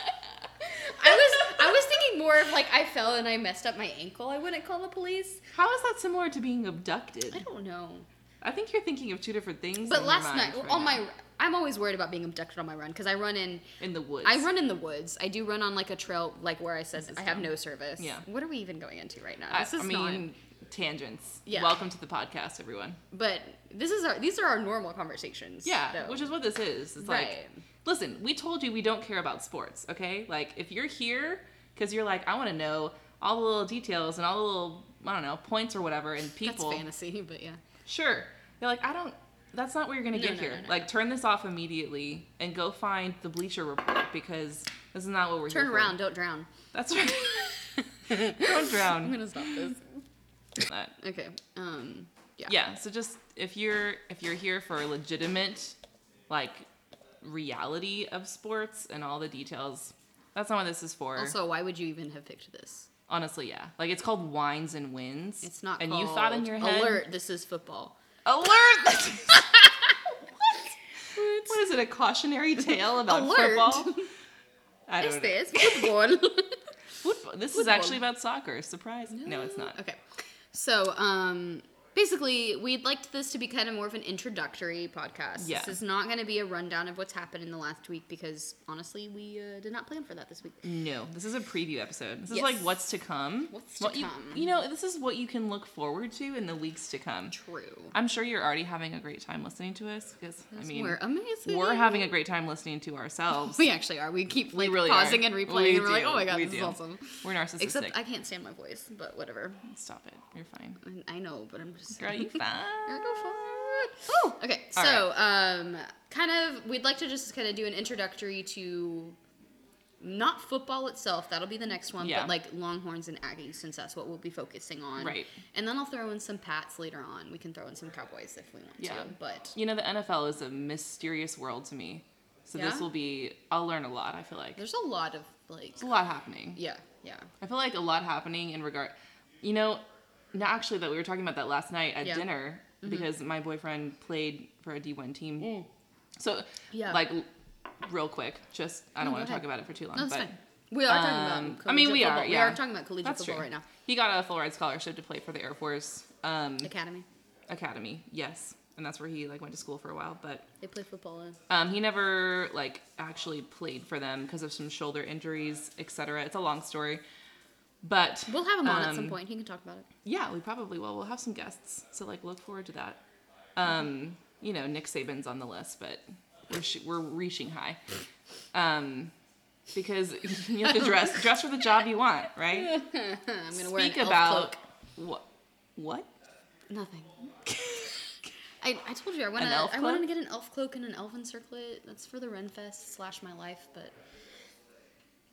[SPEAKER 1] I was, I was thinking more of like I fell and I messed up my ankle. I wouldn't call the police.
[SPEAKER 2] How is that similar to being abducted?
[SPEAKER 1] I don't know.
[SPEAKER 2] I think you're thinking of two different things.
[SPEAKER 1] But
[SPEAKER 2] in your
[SPEAKER 1] last
[SPEAKER 2] mind
[SPEAKER 1] night,
[SPEAKER 2] right
[SPEAKER 1] on
[SPEAKER 2] now.
[SPEAKER 1] my, I'm always worried about being abducted on my run because I run in,
[SPEAKER 2] in the woods.
[SPEAKER 1] I run in the woods. I do run on like a trail, like where I says
[SPEAKER 2] is
[SPEAKER 1] I have
[SPEAKER 2] dumb.
[SPEAKER 1] no service.
[SPEAKER 2] Yeah.
[SPEAKER 1] What are we even going into right now?
[SPEAKER 2] I,
[SPEAKER 1] This is
[SPEAKER 2] I mean, tangents.
[SPEAKER 1] Yeah.
[SPEAKER 2] Welcome to the podcast, everyone.
[SPEAKER 1] not. But this is our, these are our normal conversations.
[SPEAKER 2] Yeah,
[SPEAKER 1] though.
[SPEAKER 2] which is what this is. It's like,
[SPEAKER 1] Right.
[SPEAKER 2] listen, we told you we don't care about sports, okay? Like, if you're here because you're like, I want to know all the little details and all the little, I don't know, points or whatever, and people.
[SPEAKER 1] That's fantasy, but yeah.
[SPEAKER 2] Sure. You're like, I don't. That's not where you're gonna
[SPEAKER 1] No,
[SPEAKER 2] get
[SPEAKER 1] no,
[SPEAKER 2] here.
[SPEAKER 1] no, no.
[SPEAKER 2] Like, turn this off immediately and go find the Bleacher Report because this is not what we're
[SPEAKER 1] Turn
[SPEAKER 2] here
[SPEAKER 1] around,
[SPEAKER 2] For.
[SPEAKER 1] don't drown.
[SPEAKER 2] That's right. don't
[SPEAKER 1] I'm
[SPEAKER 2] drown.
[SPEAKER 1] gonna stop this.
[SPEAKER 2] But,
[SPEAKER 1] Okay. Um. Yeah.
[SPEAKER 2] yeah. So just if you're if you're here for legitimate, like, reality of sports and all the details, that's not what this is for.
[SPEAKER 1] Also, why would you even have picked this?
[SPEAKER 2] Honestly, yeah. Like it's called Wines and Wins.
[SPEAKER 1] It's not.
[SPEAKER 2] And you thought in
[SPEAKER 1] called
[SPEAKER 2] your head.
[SPEAKER 1] Alert! This is football.
[SPEAKER 2] Alert! what is it? A cautionary tale about
[SPEAKER 1] Alert.
[SPEAKER 2] football? I
[SPEAKER 1] Is
[SPEAKER 2] don't know.
[SPEAKER 1] this football?
[SPEAKER 2] Football. This is
[SPEAKER 1] Football.
[SPEAKER 2] actually about soccer. Surprise! No, it's not.
[SPEAKER 1] Okay. So, um, basically, we'd like this to be kind of more of an introductory podcast.
[SPEAKER 2] Yeah.
[SPEAKER 1] This is not going to be a rundown of what's happened in the last week because honestly, we uh, did not plan for that this week.
[SPEAKER 2] No, this is a preview episode. This is
[SPEAKER 1] Yes.
[SPEAKER 2] like what's to come.
[SPEAKER 1] What's to
[SPEAKER 2] What you-
[SPEAKER 1] come.
[SPEAKER 2] You know, this is what you can look forward to in the weeks to come.
[SPEAKER 1] True.
[SPEAKER 2] I'm sure you're already having a great time listening to us because I mean,
[SPEAKER 1] we're amazing.
[SPEAKER 2] we're having a great time listening to ourselves.
[SPEAKER 1] We actually are. We keep like
[SPEAKER 2] really
[SPEAKER 1] pausing
[SPEAKER 2] are.
[SPEAKER 1] and replaying,
[SPEAKER 2] We
[SPEAKER 1] and we're like,
[SPEAKER 2] do.
[SPEAKER 1] "Oh my god,
[SPEAKER 2] We
[SPEAKER 1] this is
[SPEAKER 2] do.
[SPEAKER 1] awesome."
[SPEAKER 2] We're narcissistic.
[SPEAKER 1] Except I can't stand my voice, but whatever.
[SPEAKER 2] Stop it. You're fine.
[SPEAKER 1] And I know, but I'm just
[SPEAKER 2] Girl, you fine.
[SPEAKER 1] Girl, go for it.
[SPEAKER 2] Oh,
[SPEAKER 1] Okay,
[SPEAKER 2] All
[SPEAKER 1] so um, kind of, we'd like to just kind of do an introductory to not football itself. That'll be the next one,
[SPEAKER 2] Yeah.
[SPEAKER 1] but like Longhorns and Aggies, since that's what we'll be focusing on.
[SPEAKER 2] Right.
[SPEAKER 1] And then I'll throw in some Pats later on. We can throw in some Cowboys if we want
[SPEAKER 2] Yeah.
[SPEAKER 1] to. But
[SPEAKER 2] You know, the NFL is a mysterious world to me. So this
[SPEAKER 1] Yeah?
[SPEAKER 2] will be, I'll learn a lot, I feel like. There's
[SPEAKER 1] there's a lot of like,
[SPEAKER 2] a lot happening.
[SPEAKER 1] yeah, yeah.
[SPEAKER 2] I feel like a lot happening in regard, you know, now actually that we were talking about that last night at
[SPEAKER 1] Yeah. Mm-hmm.
[SPEAKER 2] dinner because my boyfriend played for a D1 team. So,
[SPEAKER 1] Yeah.
[SPEAKER 2] like, l- real quick, just, I don't
[SPEAKER 1] No, go
[SPEAKER 2] want to talk
[SPEAKER 1] ahead.
[SPEAKER 2] about it for too long.
[SPEAKER 1] No, it's
[SPEAKER 2] but,
[SPEAKER 1] fine. We are talking about.
[SPEAKER 2] um,
[SPEAKER 1] collegiate
[SPEAKER 2] I mean, we are,
[SPEAKER 1] football.
[SPEAKER 2] yeah.
[SPEAKER 1] We are talking about collegiate
[SPEAKER 2] That's
[SPEAKER 1] football
[SPEAKER 2] true.
[SPEAKER 1] right now.
[SPEAKER 2] He got a full ride scholarship to play for the Air Force um,
[SPEAKER 1] Academy.
[SPEAKER 2] Academy. Yes. And that's where he, like, went to school for a while. But
[SPEAKER 1] They play football. In.
[SPEAKER 2] Um, he never like actually played for them because of some shoulder injuries, etc. It's a long story, but
[SPEAKER 1] We'll have him on at some
[SPEAKER 2] um,
[SPEAKER 1] point. He can talk about it.
[SPEAKER 2] Yeah, we probably will. We'll have some guests, so like look forward to that. Um, you know, Nick Saban's on the list, but we're sh- we're reaching high, um, because you have to dress dress for the job you want, right?
[SPEAKER 1] I'm gonna wear an
[SPEAKER 2] Speak
[SPEAKER 1] elf
[SPEAKER 2] about
[SPEAKER 1] cloak.
[SPEAKER 2] what what
[SPEAKER 1] Nothing. I, I told you I
[SPEAKER 2] An
[SPEAKER 1] wanna
[SPEAKER 2] elf
[SPEAKER 1] I wanted to
[SPEAKER 2] cloak?
[SPEAKER 1] get an elf cloak and an elven circlet. That's for the Renfest slash my life, but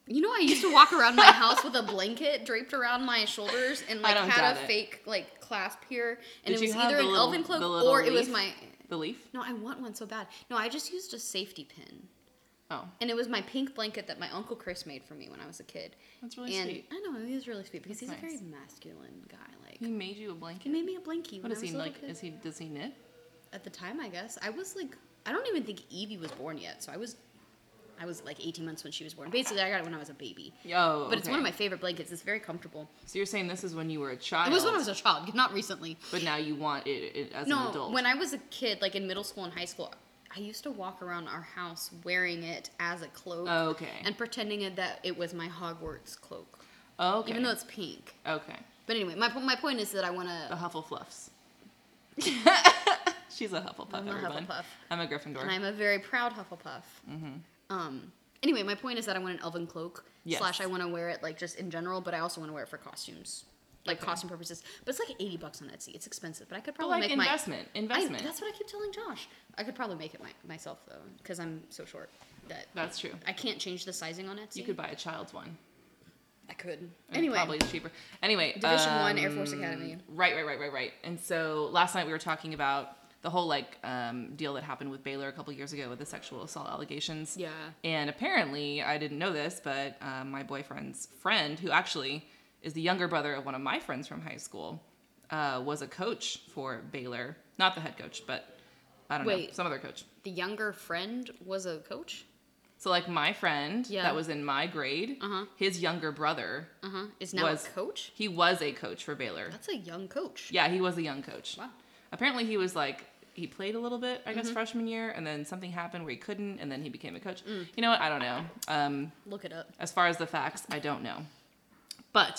[SPEAKER 1] you know I used to walk around my house with a blanket draped around my shoulders and
[SPEAKER 2] I
[SPEAKER 1] like
[SPEAKER 2] don't
[SPEAKER 1] had a
[SPEAKER 2] doubt it.
[SPEAKER 1] fake like clasp here, and it
[SPEAKER 2] Did you
[SPEAKER 1] was
[SPEAKER 2] have
[SPEAKER 1] either
[SPEAKER 2] the
[SPEAKER 1] an
[SPEAKER 2] little-
[SPEAKER 1] elven cloak
[SPEAKER 2] the little
[SPEAKER 1] or it was
[SPEAKER 2] leaf?
[SPEAKER 1] my.
[SPEAKER 2] the leaf?
[SPEAKER 1] No, I want one so bad. No, I just used a safety pin,
[SPEAKER 2] Oh,
[SPEAKER 1] and it was my pink blanket that my uncle Chris made for me when I was a kid.
[SPEAKER 2] That's really
[SPEAKER 1] and
[SPEAKER 2] sweet.
[SPEAKER 1] I know he was really sweet because
[SPEAKER 2] That's
[SPEAKER 1] he's a
[SPEAKER 2] nice.
[SPEAKER 1] very masculine guy. Like
[SPEAKER 2] he made you a
[SPEAKER 1] he
[SPEAKER 2] blanket.
[SPEAKER 1] made me a blankie.
[SPEAKER 2] What
[SPEAKER 1] when
[SPEAKER 2] is
[SPEAKER 1] I was
[SPEAKER 2] he
[SPEAKER 1] a little
[SPEAKER 2] like?
[SPEAKER 1] kid.
[SPEAKER 2] Is he does he knit?
[SPEAKER 1] at the time i guess i was like i don't even think evie was born yet so i was i was like 18 months when she was born basically i got it when i was a baby
[SPEAKER 2] Oh,
[SPEAKER 1] but it's one of my favorite blankets it's very comfortable
[SPEAKER 2] So you're saying this is when you were a child?
[SPEAKER 1] it was when i was a child not recently
[SPEAKER 2] But now you want it, it as an
[SPEAKER 1] no
[SPEAKER 2] adult.
[SPEAKER 1] when i was a kid like in middle school and high school i used to walk around our house wearing it as a cloak
[SPEAKER 2] Oh, okay.
[SPEAKER 1] and pretending it, that it was my hogwarts cloak
[SPEAKER 2] okay.
[SPEAKER 1] even though it's pink
[SPEAKER 2] okay.
[SPEAKER 1] but anyway my, po- my point is that i want
[SPEAKER 2] The
[SPEAKER 1] to
[SPEAKER 2] Hufflefluffs. She's a Hufflepuff,
[SPEAKER 1] I'm a
[SPEAKER 2] everyone.
[SPEAKER 1] Hufflepuff.
[SPEAKER 2] I'm a Gryffindor.
[SPEAKER 1] and i'm a very proud hufflepuff
[SPEAKER 2] Mm-hmm.
[SPEAKER 1] um anyway my point is that i want an elven cloak
[SPEAKER 2] Yes.
[SPEAKER 1] slash i want to wear it like just in general but i also want to wear it for costumes like
[SPEAKER 2] Okay.
[SPEAKER 1] costume purposes but it's like 80 bucks on etsy it's expensive but i could
[SPEAKER 2] But,
[SPEAKER 1] probably
[SPEAKER 2] like
[SPEAKER 1] make
[SPEAKER 2] investment,
[SPEAKER 1] my I-
[SPEAKER 2] investment. that's,
[SPEAKER 1] that's what i keep telling josh i could probably make it my, myself though because i'm so short that
[SPEAKER 2] true.
[SPEAKER 1] i can't change the sizing on etsy
[SPEAKER 2] You could buy a child's one.
[SPEAKER 1] i could
[SPEAKER 2] and
[SPEAKER 1] anyway
[SPEAKER 2] Mm, probably it's cheaper. Anyway,
[SPEAKER 1] Division One Air
[SPEAKER 2] um,
[SPEAKER 1] Force Academy.
[SPEAKER 2] Right, right, right, right, right. And so last night we were talking about the whole like um, deal that happened with Baylor a couple years ago with the sexual assault allegations.
[SPEAKER 1] Yeah.
[SPEAKER 2] And apparently, I didn't know this, but um, my boyfriend's friend, who actually is the younger brother of one of my friends from high school, uh, was a coach for Baylor. Not the head coach, but I don't know,
[SPEAKER 1] Wait.
[SPEAKER 2] some other coach.
[SPEAKER 1] the younger friend was a coach
[SPEAKER 2] So like my friend
[SPEAKER 1] Yeah.
[SPEAKER 2] that was in my grade,
[SPEAKER 1] Uh-huh.
[SPEAKER 2] his younger brother,
[SPEAKER 1] uh-huh is now
[SPEAKER 2] Was-
[SPEAKER 1] a coach
[SPEAKER 2] he was a coach for Baylor.
[SPEAKER 1] that's a young coach
[SPEAKER 2] Yeah, he was a young coach.
[SPEAKER 1] Wow. Mm-hmm.
[SPEAKER 2] Apparently, he was like he played a little bit, I guess, freshman year, and then something happened where he couldn't, and then he became a coach.
[SPEAKER 1] Mm.
[SPEAKER 2] You know what? I don't know. Um,
[SPEAKER 1] Look it up.
[SPEAKER 2] as far as the facts, I don't know. But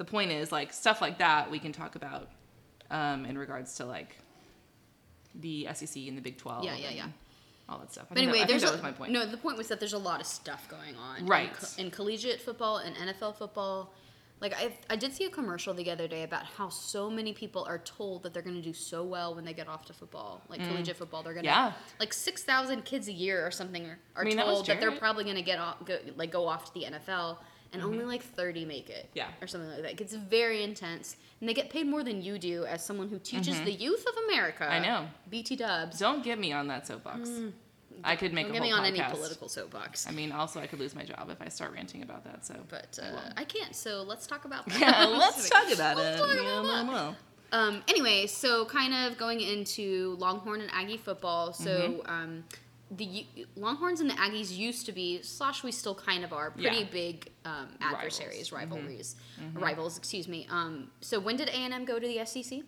[SPEAKER 2] the point is, like stuff like that, we can talk about um, in regards to like the SEC and the Big Twelve.
[SPEAKER 1] Yeah, yeah,
[SPEAKER 2] and
[SPEAKER 1] yeah.
[SPEAKER 2] All that stuff. I
[SPEAKER 1] But
[SPEAKER 2] think
[SPEAKER 1] anyway,
[SPEAKER 2] that, I think
[SPEAKER 1] there's
[SPEAKER 2] that
[SPEAKER 1] a,
[SPEAKER 2] was my point.
[SPEAKER 1] No, the point was that there's a lot of stuff going on,
[SPEAKER 2] Right.
[SPEAKER 1] In, co- in collegiate football and NFL football, like I, I did see a commercial the other day about how so many people are told that they're going to do so well when they get off to football, like collegiate football. They're going to
[SPEAKER 2] Mm. Yeah.
[SPEAKER 1] like six thousand kids a year or something are, are
[SPEAKER 2] I mean, that was
[SPEAKER 1] told that, they're
[SPEAKER 2] Jarrett.
[SPEAKER 1] probably going to get off, go, like go off to the NFL. And only like 30 make it.
[SPEAKER 2] Mm-hmm. Yeah.
[SPEAKER 1] Or something like that. It gets very intense. And they get paid more than you do as someone who teaches the youth of America.
[SPEAKER 2] Mm-hmm. I know.
[SPEAKER 1] BT dubs.
[SPEAKER 2] Don't get me on that soapbox. I could make
[SPEAKER 1] Mm. Don't
[SPEAKER 2] a
[SPEAKER 1] get
[SPEAKER 2] whole
[SPEAKER 1] me on
[SPEAKER 2] podcast.
[SPEAKER 1] any political soapbox.
[SPEAKER 2] I mean, also I could lose my job if I start ranting about that. So,
[SPEAKER 1] but
[SPEAKER 2] I
[SPEAKER 1] uh,
[SPEAKER 2] won't.
[SPEAKER 1] I can't. So let's talk about that.
[SPEAKER 2] yeah, let's talk about
[SPEAKER 1] Let's
[SPEAKER 2] it.
[SPEAKER 1] talk
[SPEAKER 2] Yeah,
[SPEAKER 1] about that.
[SPEAKER 2] well, well.
[SPEAKER 1] Um, anyway, so kind of going into Longhorn and Aggie football. So
[SPEAKER 2] Mm-hmm.
[SPEAKER 1] um, the U- Longhorns and the Aggies used to be slash we still kind of are pretty
[SPEAKER 2] Yeah. Mm-hmm.
[SPEAKER 1] big um, adversaries, rivalries, rivals. Excuse me. Um, so when did A and M go to the E SEC?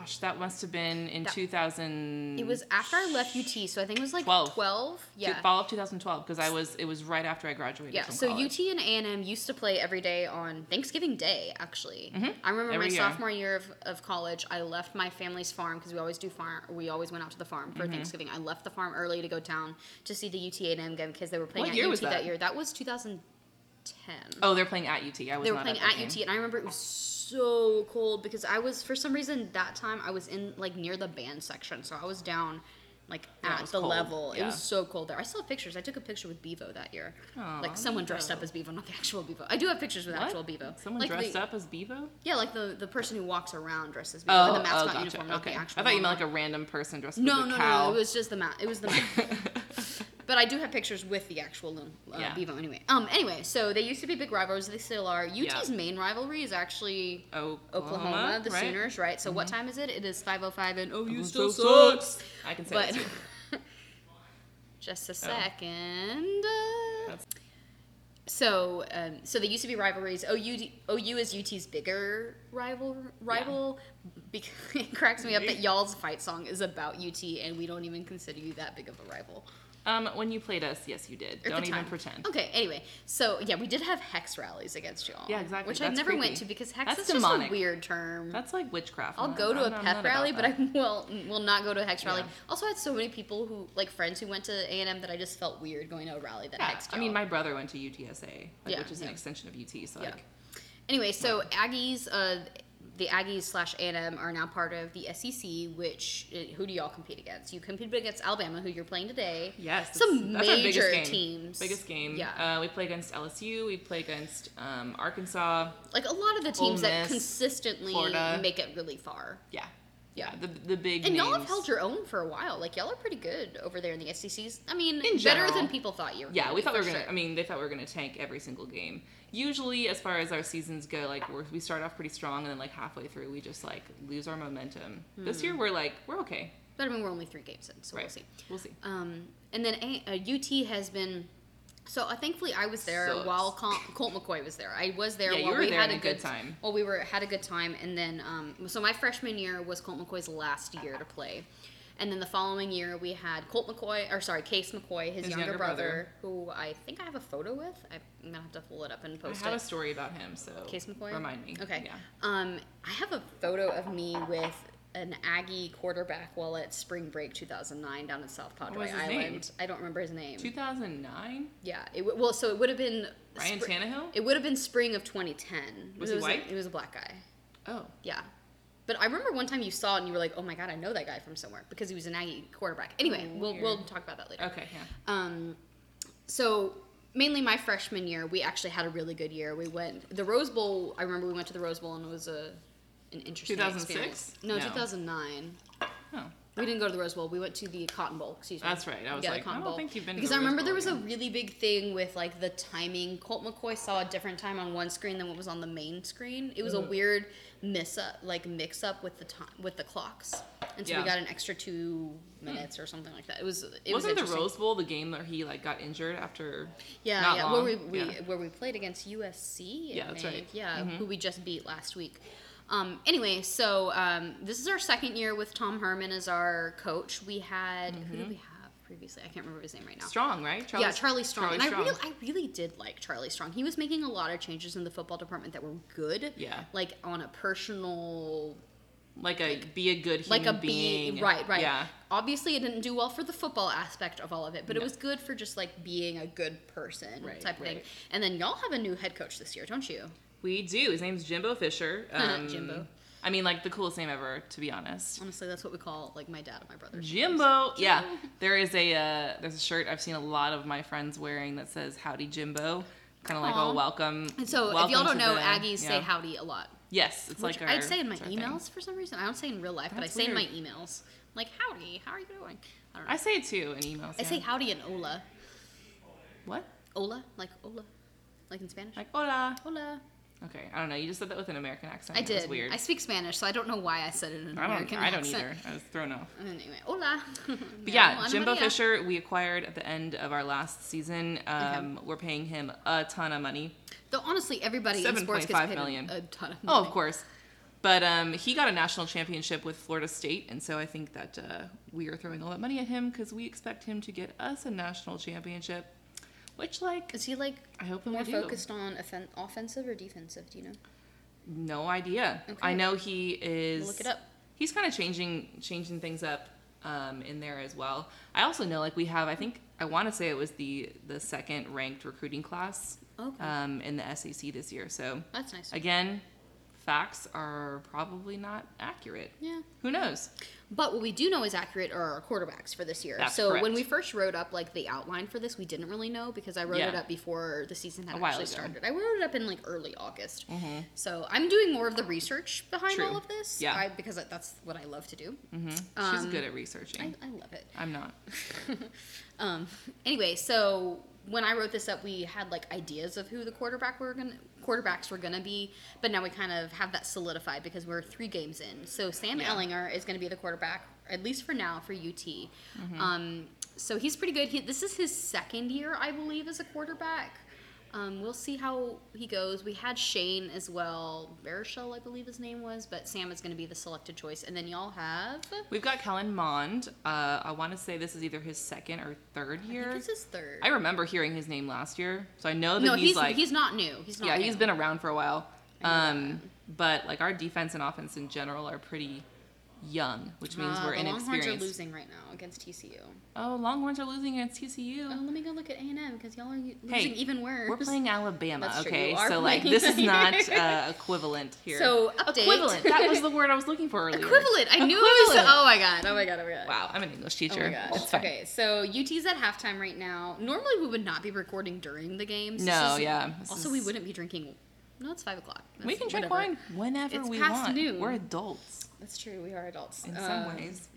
[SPEAKER 2] Gosh, that must have been in
[SPEAKER 1] That-
[SPEAKER 2] 2000.
[SPEAKER 1] It was after I left UT, so I think it was like
[SPEAKER 2] Mm. Twelve.
[SPEAKER 1] twelve. Yeah.
[SPEAKER 2] fall of 2012 because I was. It was right after I graduated.
[SPEAKER 1] Yeah,
[SPEAKER 2] From
[SPEAKER 1] so
[SPEAKER 2] college.
[SPEAKER 1] UT and A&M used to play every day on Thanksgiving Day, actually. I remember
[SPEAKER 2] Mm-hmm. Every
[SPEAKER 1] my
[SPEAKER 2] year.
[SPEAKER 1] sophomore year of, of college, I left my family's farm because we always do farm we always went out to the farm
[SPEAKER 2] Mm-hmm.
[SPEAKER 1] for Thanksgiving. I left the farm early to go down to see the UT and M game because they were playing
[SPEAKER 2] What
[SPEAKER 1] at
[SPEAKER 2] year
[SPEAKER 1] UT
[SPEAKER 2] was
[SPEAKER 1] that?
[SPEAKER 2] that?
[SPEAKER 1] year. That was 2010.
[SPEAKER 2] Oh, they're playing at UT. I was
[SPEAKER 1] they were
[SPEAKER 2] not
[SPEAKER 1] playing
[SPEAKER 2] at,
[SPEAKER 1] at
[SPEAKER 2] that
[SPEAKER 1] UT
[SPEAKER 2] game.
[SPEAKER 1] and I remember it was so cold because I was for some reason that time I was in like near the band section, so I was down like
[SPEAKER 2] Yeah, it
[SPEAKER 1] at
[SPEAKER 2] was
[SPEAKER 1] the
[SPEAKER 2] cold.
[SPEAKER 1] level. It
[SPEAKER 2] Yeah.
[SPEAKER 1] was so cold there. I still have pictures. I took a picture with Bevo that year.
[SPEAKER 2] Aw,
[SPEAKER 1] like someone dressed up
[SPEAKER 2] Bevo.
[SPEAKER 1] as Bevo, not the actual Bevo. I do have pictures with
[SPEAKER 2] What?
[SPEAKER 1] actual Bevo.
[SPEAKER 2] Someone
[SPEAKER 1] like
[SPEAKER 2] dressed
[SPEAKER 1] the,
[SPEAKER 2] up Oh, as Bevo.
[SPEAKER 1] Yeah, like the the person who walks around dressed as Bevo. in the mascot uniform, not the actual.
[SPEAKER 2] I thought you
[SPEAKER 1] one.
[SPEAKER 2] meant like a random person dressed up
[SPEAKER 1] No,
[SPEAKER 2] as a
[SPEAKER 1] no,
[SPEAKER 2] cow.
[SPEAKER 1] no. It was just the ma- It was the. Ma- but I do have pictures with the actual loon, uh,
[SPEAKER 2] Yeah.
[SPEAKER 1] Bevo. Anyway, um, anyway, so they used to be big rivals. They still are. UT's
[SPEAKER 2] Yeah.
[SPEAKER 1] main rivalry is actually
[SPEAKER 2] Oklahoma,
[SPEAKER 1] Oklahoma, the
[SPEAKER 2] right?
[SPEAKER 1] Sooners, right? So what time is it? It is 5:05 and oh, you
[SPEAKER 2] Who
[SPEAKER 1] still
[SPEAKER 2] still
[SPEAKER 1] sucks.
[SPEAKER 2] I can say that
[SPEAKER 1] But
[SPEAKER 2] too.
[SPEAKER 1] just a second. uh,
[SPEAKER 2] Oh. That's-
[SPEAKER 1] so, um, so they used to be rivalries. OU, OU is UT's bigger rival. Rival. Because it cracks me up that y'all's fight song is about UT, and we don't even consider you that big of a rival.
[SPEAKER 2] Um, when you played us, yes, you did.
[SPEAKER 1] At the
[SPEAKER 2] Don't even
[SPEAKER 1] time. Oh.
[SPEAKER 2] pretend.
[SPEAKER 1] Okay. Anyway, so yeah, we did have hex rallies against y'all.
[SPEAKER 2] Yeah, exactly.
[SPEAKER 1] Which I
[SPEAKER 2] That's
[SPEAKER 1] never went
[SPEAKER 2] creepy.
[SPEAKER 1] to because hex
[SPEAKER 2] That's
[SPEAKER 1] is
[SPEAKER 2] demonic.
[SPEAKER 1] just a weird term.
[SPEAKER 2] That's like witchcraft.
[SPEAKER 1] I'll
[SPEAKER 2] and
[SPEAKER 1] go
[SPEAKER 2] I'm-
[SPEAKER 1] to a
[SPEAKER 2] I'm not
[SPEAKER 1] pep
[SPEAKER 2] about
[SPEAKER 1] rally, but I
[SPEAKER 2] that.
[SPEAKER 1] will will not go to a hex rally.
[SPEAKER 2] Yeah.
[SPEAKER 1] Also, I had so many people who like friends who went to A and M that I just felt weird going to a rally that
[SPEAKER 2] Yeah,
[SPEAKER 1] hexed.
[SPEAKER 2] I mean,
[SPEAKER 1] y'all.
[SPEAKER 2] my brother went to UTSA, like,
[SPEAKER 1] Yeah,
[SPEAKER 2] which is an
[SPEAKER 1] yeah.
[SPEAKER 2] extension of UT. So
[SPEAKER 1] Yeah.
[SPEAKER 2] like,
[SPEAKER 1] Anyway, so Aggies, uh, the Aggies slash A and M are now part of the SEC. Which uh, who do y'all compete against? You compete against Alabama, who you're playing today.
[SPEAKER 2] yes,
[SPEAKER 1] some
[SPEAKER 2] that's- that's our biggest
[SPEAKER 1] major
[SPEAKER 2] game.
[SPEAKER 1] teams.
[SPEAKER 2] Biggest game.
[SPEAKER 1] Yeah,
[SPEAKER 2] Uh, we play against LSU. We play against um, Arkansas.
[SPEAKER 1] like a lot of the teams that
[SPEAKER 2] Miss,
[SPEAKER 1] consistently
[SPEAKER 2] Florida.
[SPEAKER 1] make it really far.
[SPEAKER 2] Yeah.
[SPEAKER 1] Yeah.
[SPEAKER 2] The the big
[SPEAKER 1] And y'all have
[SPEAKER 2] names.
[SPEAKER 1] held your own for a while. Like y'all are pretty good over there in the SECs. I mean, better
[SPEAKER 2] general.
[SPEAKER 1] than people thought you were.
[SPEAKER 2] Yeah,
[SPEAKER 1] gonna
[SPEAKER 2] we
[SPEAKER 1] be,
[SPEAKER 2] thought we were
[SPEAKER 1] for
[SPEAKER 2] gonna.
[SPEAKER 1] sure.
[SPEAKER 2] I mean, they thought we were gonna tank every single game. Usually, as far as our seasons go, like we're, we start off pretty strong, and then like halfway through, we just like lose our momentum. This year, we're like we're okay.
[SPEAKER 1] But I mean, we're only three games in, Hmm. so
[SPEAKER 2] Right.
[SPEAKER 1] we'll see.
[SPEAKER 2] We'll see.
[SPEAKER 1] Um, and then A- uh, UT has been. So uh, thankfully, I was there
[SPEAKER 2] Sucks.
[SPEAKER 1] while Col- Colt McCoy was there. I was there
[SPEAKER 2] Yeah, you
[SPEAKER 1] while
[SPEAKER 2] were
[SPEAKER 1] we
[SPEAKER 2] there
[SPEAKER 1] had
[SPEAKER 2] in
[SPEAKER 1] a
[SPEAKER 2] a
[SPEAKER 1] good
[SPEAKER 2] good time.
[SPEAKER 1] Well, we were had a good time, and then um, so my freshman year was Colt McCoy's last year to play, and then the following year we had Colt McCoy, or sorry, Case McCoy, his, younger,
[SPEAKER 2] younger
[SPEAKER 1] brother,
[SPEAKER 2] brother.
[SPEAKER 1] who I think I have a photo with. I- I'm gonna have to pull it up and
[SPEAKER 2] I
[SPEAKER 1] post
[SPEAKER 2] have
[SPEAKER 1] it.
[SPEAKER 2] a story about him, so
[SPEAKER 1] Case McCoy.
[SPEAKER 2] Remind me.
[SPEAKER 1] Okay.
[SPEAKER 2] Yeah.
[SPEAKER 1] Um, I have a photo of me with an Aggie quarterback while at spring break 2009 down in South Padre
[SPEAKER 2] was his
[SPEAKER 1] Island.
[SPEAKER 2] name?
[SPEAKER 1] I don't remember his name.
[SPEAKER 2] 2009.
[SPEAKER 1] yeah. It w- well, so it would have been
[SPEAKER 2] Ryan
[SPEAKER 1] spr-
[SPEAKER 2] Tannehill.
[SPEAKER 1] It would have been spring of 2010.
[SPEAKER 2] Was
[SPEAKER 1] it
[SPEAKER 2] he
[SPEAKER 1] was
[SPEAKER 2] white?
[SPEAKER 1] A, it was a black guy.
[SPEAKER 2] Oh.
[SPEAKER 1] Yeah. But I remember one time you saw it and you were like, "Oh my god, I know that guy from somewhere" because he was an Aggie quarterback. Anyway, we'll we'll
[SPEAKER 2] Weird.
[SPEAKER 1] talk about that later.
[SPEAKER 2] Okay. Yeah.
[SPEAKER 1] Um, so mainly my freshman year, we actually had a really good year. We went the Rose Bowl. I remember we went to the Rose Bowl and it was a an interesting
[SPEAKER 2] 2006?
[SPEAKER 1] experience. No,
[SPEAKER 2] No.
[SPEAKER 1] 2009.
[SPEAKER 2] Oh.
[SPEAKER 1] We didn't go to the Rose Bowl. We went to the Cotton Bowl. Excuse me.
[SPEAKER 2] That's right. I was
[SPEAKER 1] Yeah, the
[SPEAKER 2] like, I
[SPEAKER 1] Cotton
[SPEAKER 2] don't
[SPEAKER 1] Bowl.
[SPEAKER 2] think you've been to
[SPEAKER 1] because
[SPEAKER 2] the
[SPEAKER 1] I
[SPEAKER 2] Rose
[SPEAKER 1] remember there
[SPEAKER 2] Bowl
[SPEAKER 1] was a
[SPEAKER 2] yet.
[SPEAKER 1] really big thing with like the timing. Colt McCoy saw a different time on one screen than what was on the main screen. It was
[SPEAKER 2] Mm-hmm.
[SPEAKER 1] a weird miss up, like mix up with the time with the clocks, and so we
[SPEAKER 2] Yeah.
[SPEAKER 1] got an extra two minutes or something like that. It was it was
[SPEAKER 2] Wasn't the
[SPEAKER 1] interesting.
[SPEAKER 2] Rose Bowl the game where he like got injured after?
[SPEAKER 1] Yeah,
[SPEAKER 2] Not
[SPEAKER 1] yeah.
[SPEAKER 2] long.
[SPEAKER 1] Where we, we
[SPEAKER 2] Yeah.
[SPEAKER 1] where we played against USC. I
[SPEAKER 2] Yeah, that's
[SPEAKER 1] think.
[SPEAKER 2] right. Mm-hmm.
[SPEAKER 1] Yeah, who we just beat last week. Um, anyway, so um, this is our second year with Tom Herman as our coach. We had who did we have previously? I can't remember his name right now.
[SPEAKER 2] Strong, right?
[SPEAKER 1] yeah, Charlie Strong.
[SPEAKER 2] Mm-hmm. Charlie
[SPEAKER 1] and I really, I really did like Charlie Strong. He was making a lot of changes in the football department that were good.
[SPEAKER 2] Yeah.
[SPEAKER 1] Like on a personal
[SPEAKER 2] like a be a good human
[SPEAKER 1] like a
[SPEAKER 2] being.
[SPEAKER 1] being right right
[SPEAKER 2] Yeah.
[SPEAKER 1] obviously it didn't do well for the football aspect of all of it but it
[SPEAKER 2] No.
[SPEAKER 1] was good for just like being a good person
[SPEAKER 2] Right,
[SPEAKER 1] type of thing
[SPEAKER 2] right.
[SPEAKER 1] and then y'all have a new head coach this year don't you
[SPEAKER 2] We do. His name's Jimbo Fisher. Um,
[SPEAKER 1] Jimbo.
[SPEAKER 2] I mean, like the coolest name ever, to be honest.
[SPEAKER 1] honestly that's what we call like my dad and my brother
[SPEAKER 2] Jimbo. Yeah. There is a uh, there's a shirt I've seen a lot of my friends wearing that says Howdy Jimbo. Kind of like
[SPEAKER 1] Aw.
[SPEAKER 2] a welcome.
[SPEAKER 1] and so if
[SPEAKER 2] welcome
[SPEAKER 1] y'all don't
[SPEAKER 2] to
[SPEAKER 1] know
[SPEAKER 2] the-
[SPEAKER 1] aggies say
[SPEAKER 2] yeah.
[SPEAKER 1] howdy a lot
[SPEAKER 2] Yes, it's
[SPEAKER 1] which
[SPEAKER 2] like our,
[SPEAKER 1] i'd say in my
[SPEAKER 2] it's our thing.
[SPEAKER 1] emails for some reason i don't say in real life but i
[SPEAKER 2] That's
[SPEAKER 1] say in my
[SPEAKER 2] weird.
[SPEAKER 1] emails like howdy how are you doing i don't know
[SPEAKER 2] I say it too in emails.
[SPEAKER 1] i say
[SPEAKER 2] yeah.
[SPEAKER 1] howdy and hola
[SPEAKER 2] what?
[SPEAKER 1] hola like hola like in spanish
[SPEAKER 2] Like hola.
[SPEAKER 1] hola
[SPEAKER 2] Okay, I don't know. You just said that with an American accent.
[SPEAKER 1] I
[SPEAKER 2] It was
[SPEAKER 1] did.
[SPEAKER 2] weird.
[SPEAKER 1] I speak Spanish, so I don't know why I said it in an
[SPEAKER 2] I don't.
[SPEAKER 1] American
[SPEAKER 2] I don't
[SPEAKER 1] accent.
[SPEAKER 2] either. I was thrown off.
[SPEAKER 1] Anyway, hola.
[SPEAKER 2] But yeah,
[SPEAKER 1] Hola,
[SPEAKER 2] Jimbo
[SPEAKER 1] Maria.
[SPEAKER 2] Fisher, we acquired at the end of our last season. Um, We're paying him a ton of money.
[SPEAKER 1] Though honestly, everybody in sports gets
[SPEAKER 2] 7.5
[SPEAKER 1] paid
[SPEAKER 2] million.
[SPEAKER 1] a ton of money.
[SPEAKER 2] Oh, of course. But um, he got a national championship with Florida State, and so I think that uh, we are throwing all that money at him because we expect him to get us a national championship. Which, like,
[SPEAKER 1] Is he like
[SPEAKER 2] I hope that
[SPEAKER 1] more
[SPEAKER 2] we do.
[SPEAKER 1] focused on offen- offensive or defensive? Do you know?
[SPEAKER 2] No idea.
[SPEAKER 1] Okay.
[SPEAKER 2] I know he is.
[SPEAKER 1] Look it up.
[SPEAKER 2] He's kind of changing changing things up um, in there as well. I also know like we have. I think I want to say it was the the second ranked recruiting class
[SPEAKER 1] Oh, Okay.
[SPEAKER 2] um, in the SEC this year. So
[SPEAKER 1] That's nice.
[SPEAKER 2] again, facts are probably not accurate.
[SPEAKER 1] yeah.
[SPEAKER 2] Who knows?
[SPEAKER 1] But what we do know is accurate are our quarterbacks for this year.
[SPEAKER 2] That's
[SPEAKER 1] so when
[SPEAKER 2] correct.
[SPEAKER 1] we first wrote up like the outline for this, we didn't really know because I wrote
[SPEAKER 2] Yeah.
[SPEAKER 1] it up before the season had
[SPEAKER 2] A while
[SPEAKER 1] actually
[SPEAKER 2] ago. Mm-hmm.
[SPEAKER 1] started. I wrote it up in like early August. So I'm doing more of the research behind
[SPEAKER 2] True.
[SPEAKER 1] all of this.
[SPEAKER 2] Yeah. Mm-hmm.
[SPEAKER 1] I, because that's what I love to do.
[SPEAKER 2] She's
[SPEAKER 1] Um,
[SPEAKER 2] good at
[SPEAKER 1] I,
[SPEAKER 2] researching.
[SPEAKER 1] I love it.
[SPEAKER 2] I, am not.
[SPEAKER 1] Um, anyway, so when I wrote this up, we had like ideas of who the quarterback were gonna quarterbacks were gonna be, but now we kind of have that solidified because we're three games in. So Sam
[SPEAKER 2] Yeah.
[SPEAKER 1] Ellinger is gonna be the quarterback at least for now for UT.
[SPEAKER 2] Mm-hmm.
[SPEAKER 1] Um, so he's pretty good. He, this is his second year, I believe, as a quarterback. Um, we'll see how he goes. We had Shane as well, Baruchel, I believe his name was, but Sam is going to be the selected choice. And then y'all have,
[SPEAKER 2] We've got Kellen Mond. Uh, I want to say this is either his second or third
[SPEAKER 1] I
[SPEAKER 2] year.
[SPEAKER 1] think it's his third.
[SPEAKER 2] I remember hearing his name last year, so I know that
[SPEAKER 1] no,
[SPEAKER 2] he's,
[SPEAKER 1] he's,
[SPEAKER 2] like
[SPEAKER 1] he's not new. He's not
[SPEAKER 2] yeah,
[SPEAKER 1] new.
[SPEAKER 2] he's been around for a while.
[SPEAKER 1] I know
[SPEAKER 2] Um, but like our defense and offense in general are pretty young, which means
[SPEAKER 1] Uh,
[SPEAKER 2] we're
[SPEAKER 1] the
[SPEAKER 2] inexperienced.
[SPEAKER 1] Longhorns are losing right now against TCU.
[SPEAKER 2] Oh, Longhorns are losing against TCU.
[SPEAKER 1] Oh, let me go look at A and M because y'all are u-
[SPEAKER 2] Hey,
[SPEAKER 1] losing even worse.
[SPEAKER 2] We're playing Alabama,
[SPEAKER 1] That's true, you
[SPEAKER 2] okay?
[SPEAKER 1] are
[SPEAKER 2] So like
[SPEAKER 1] playing
[SPEAKER 2] this is not
[SPEAKER 1] here.
[SPEAKER 2] uh, equivalent here.
[SPEAKER 1] So, update.
[SPEAKER 2] equivalent. That was the word I was looking for earlier.
[SPEAKER 1] equivalent. I knew it was.
[SPEAKER 2] Equivalent.
[SPEAKER 1] Oh my god. Oh my god. Oh my god.
[SPEAKER 2] Wow, I'm an English
[SPEAKER 1] Oh
[SPEAKER 2] teacher.
[SPEAKER 1] my gosh.
[SPEAKER 2] It's fine.
[SPEAKER 1] Okay, so UT's at halftime right now. Normally we would not be recording during the games. This
[SPEAKER 2] No,
[SPEAKER 1] is-
[SPEAKER 2] yeah, this
[SPEAKER 1] Also, we
[SPEAKER 2] is-
[SPEAKER 1] wouldn't be drinking. No, it's five o'clock.
[SPEAKER 2] We
[SPEAKER 1] That's-
[SPEAKER 2] can drink
[SPEAKER 1] whatever.
[SPEAKER 2] wine whenever
[SPEAKER 1] It's
[SPEAKER 2] we
[SPEAKER 1] past
[SPEAKER 2] want.
[SPEAKER 1] noon.
[SPEAKER 2] We're adults
[SPEAKER 1] That's true. We are adults
[SPEAKER 2] in
[SPEAKER 1] Uh,
[SPEAKER 2] some ways.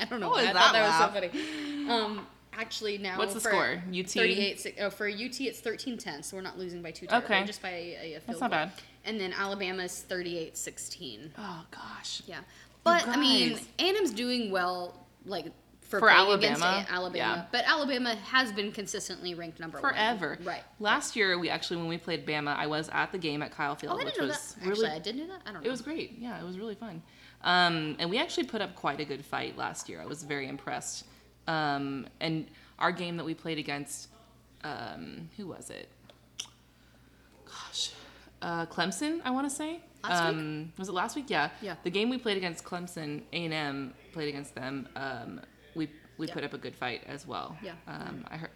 [SPEAKER 1] I don't know. why.
[SPEAKER 2] What was
[SPEAKER 1] I thought
[SPEAKER 2] that
[SPEAKER 1] that was so funny. Um, actually now
[SPEAKER 2] What's the
[SPEAKER 1] for
[SPEAKER 2] score? UT?
[SPEAKER 1] 38 si- oh, for UT it's 13-10, so we're not losing by two terribly,
[SPEAKER 2] Okay.
[SPEAKER 1] just by a, a field
[SPEAKER 2] That's not
[SPEAKER 1] goal.
[SPEAKER 2] bad.
[SPEAKER 1] And then Alabama's 38-16.
[SPEAKER 2] Oh gosh.
[SPEAKER 1] Yeah. But I mean,
[SPEAKER 2] guys.
[SPEAKER 1] A&M's doing well like for,
[SPEAKER 2] For
[SPEAKER 1] playing against
[SPEAKER 2] Alabama?
[SPEAKER 1] A- Alabama,
[SPEAKER 2] Yeah.
[SPEAKER 1] but Alabama has been consistently ranked number
[SPEAKER 2] Forever.
[SPEAKER 1] one. Right.
[SPEAKER 2] Last year, we actually, when we played Bama, I was at the game at Kyle Field,
[SPEAKER 1] Oh, I
[SPEAKER 2] which
[SPEAKER 1] didn't know that.
[SPEAKER 2] was
[SPEAKER 1] Actually,
[SPEAKER 2] really
[SPEAKER 1] I did know that. I don't know.
[SPEAKER 2] It was great. Yeah, it was really fun. Um, and we actually put up quite a good fight last year. I was very impressed. Um, and our game that we played against, um, who was it? Gosh, uh, Clemson. I want to say.
[SPEAKER 1] Last week?
[SPEAKER 2] um, Was it last week? Yeah.
[SPEAKER 1] Yeah.
[SPEAKER 2] The game we played against Clemson, A and M played against them. Um, we we
[SPEAKER 1] Yeah.
[SPEAKER 2] put up a good fight as well.
[SPEAKER 1] Yeah.
[SPEAKER 2] Um, I heard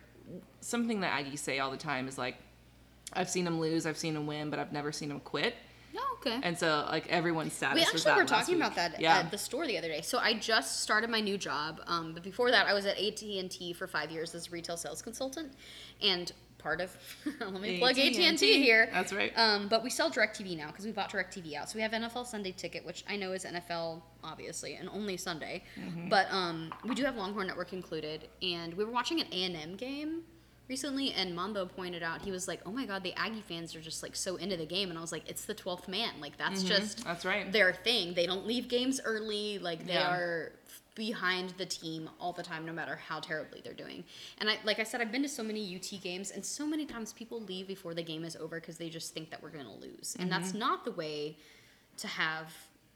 [SPEAKER 2] something that Aggies say all the time is like, I've seen them lose, I've seen them win, but I've never seen them quit.
[SPEAKER 1] Oh, okay.
[SPEAKER 2] And so, like everyone's status.
[SPEAKER 1] We
[SPEAKER 2] was
[SPEAKER 1] actually
[SPEAKER 2] that
[SPEAKER 1] were
[SPEAKER 2] last
[SPEAKER 1] talking
[SPEAKER 2] week.
[SPEAKER 1] about that
[SPEAKER 2] Yeah,
[SPEAKER 1] at the store the other day. So I just started my new job, um, but before that, I was at AT and T for five years as a retail sales consultant, and part of let me plug AT and T
[SPEAKER 2] AT&T.
[SPEAKER 1] here.
[SPEAKER 2] That's right.
[SPEAKER 1] Um, but we sell DirecTV now because we bought DirecTV out. So we have NFL Sunday Ticket, which I know is NFL obviously and only Sunday,
[SPEAKER 2] Mm-hmm.
[SPEAKER 1] but um, we do have Longhorn Network included. And we were watching an A and M game recently, and Mambo pointed out he was like, "Oh my God, the Aggie fans are just like so into the game," and I was like, "It's the
[SPEAKER 2] Mm-hmm.
[SPEAKER 1] twelfth man, like that's just."
[SPEAKER 2] that's right.
[SPEAKER 1] their thing. They don't leave games early. Like they
[SPEAKER 2] Yeah.
[SPEAKER 1] are behind the team all the time, no matter how terribly they're doing. And I, like I said, I've been to so many UT games, and so many times people leave before the game is over because they just think that we're going to lose, and that's not the way to have.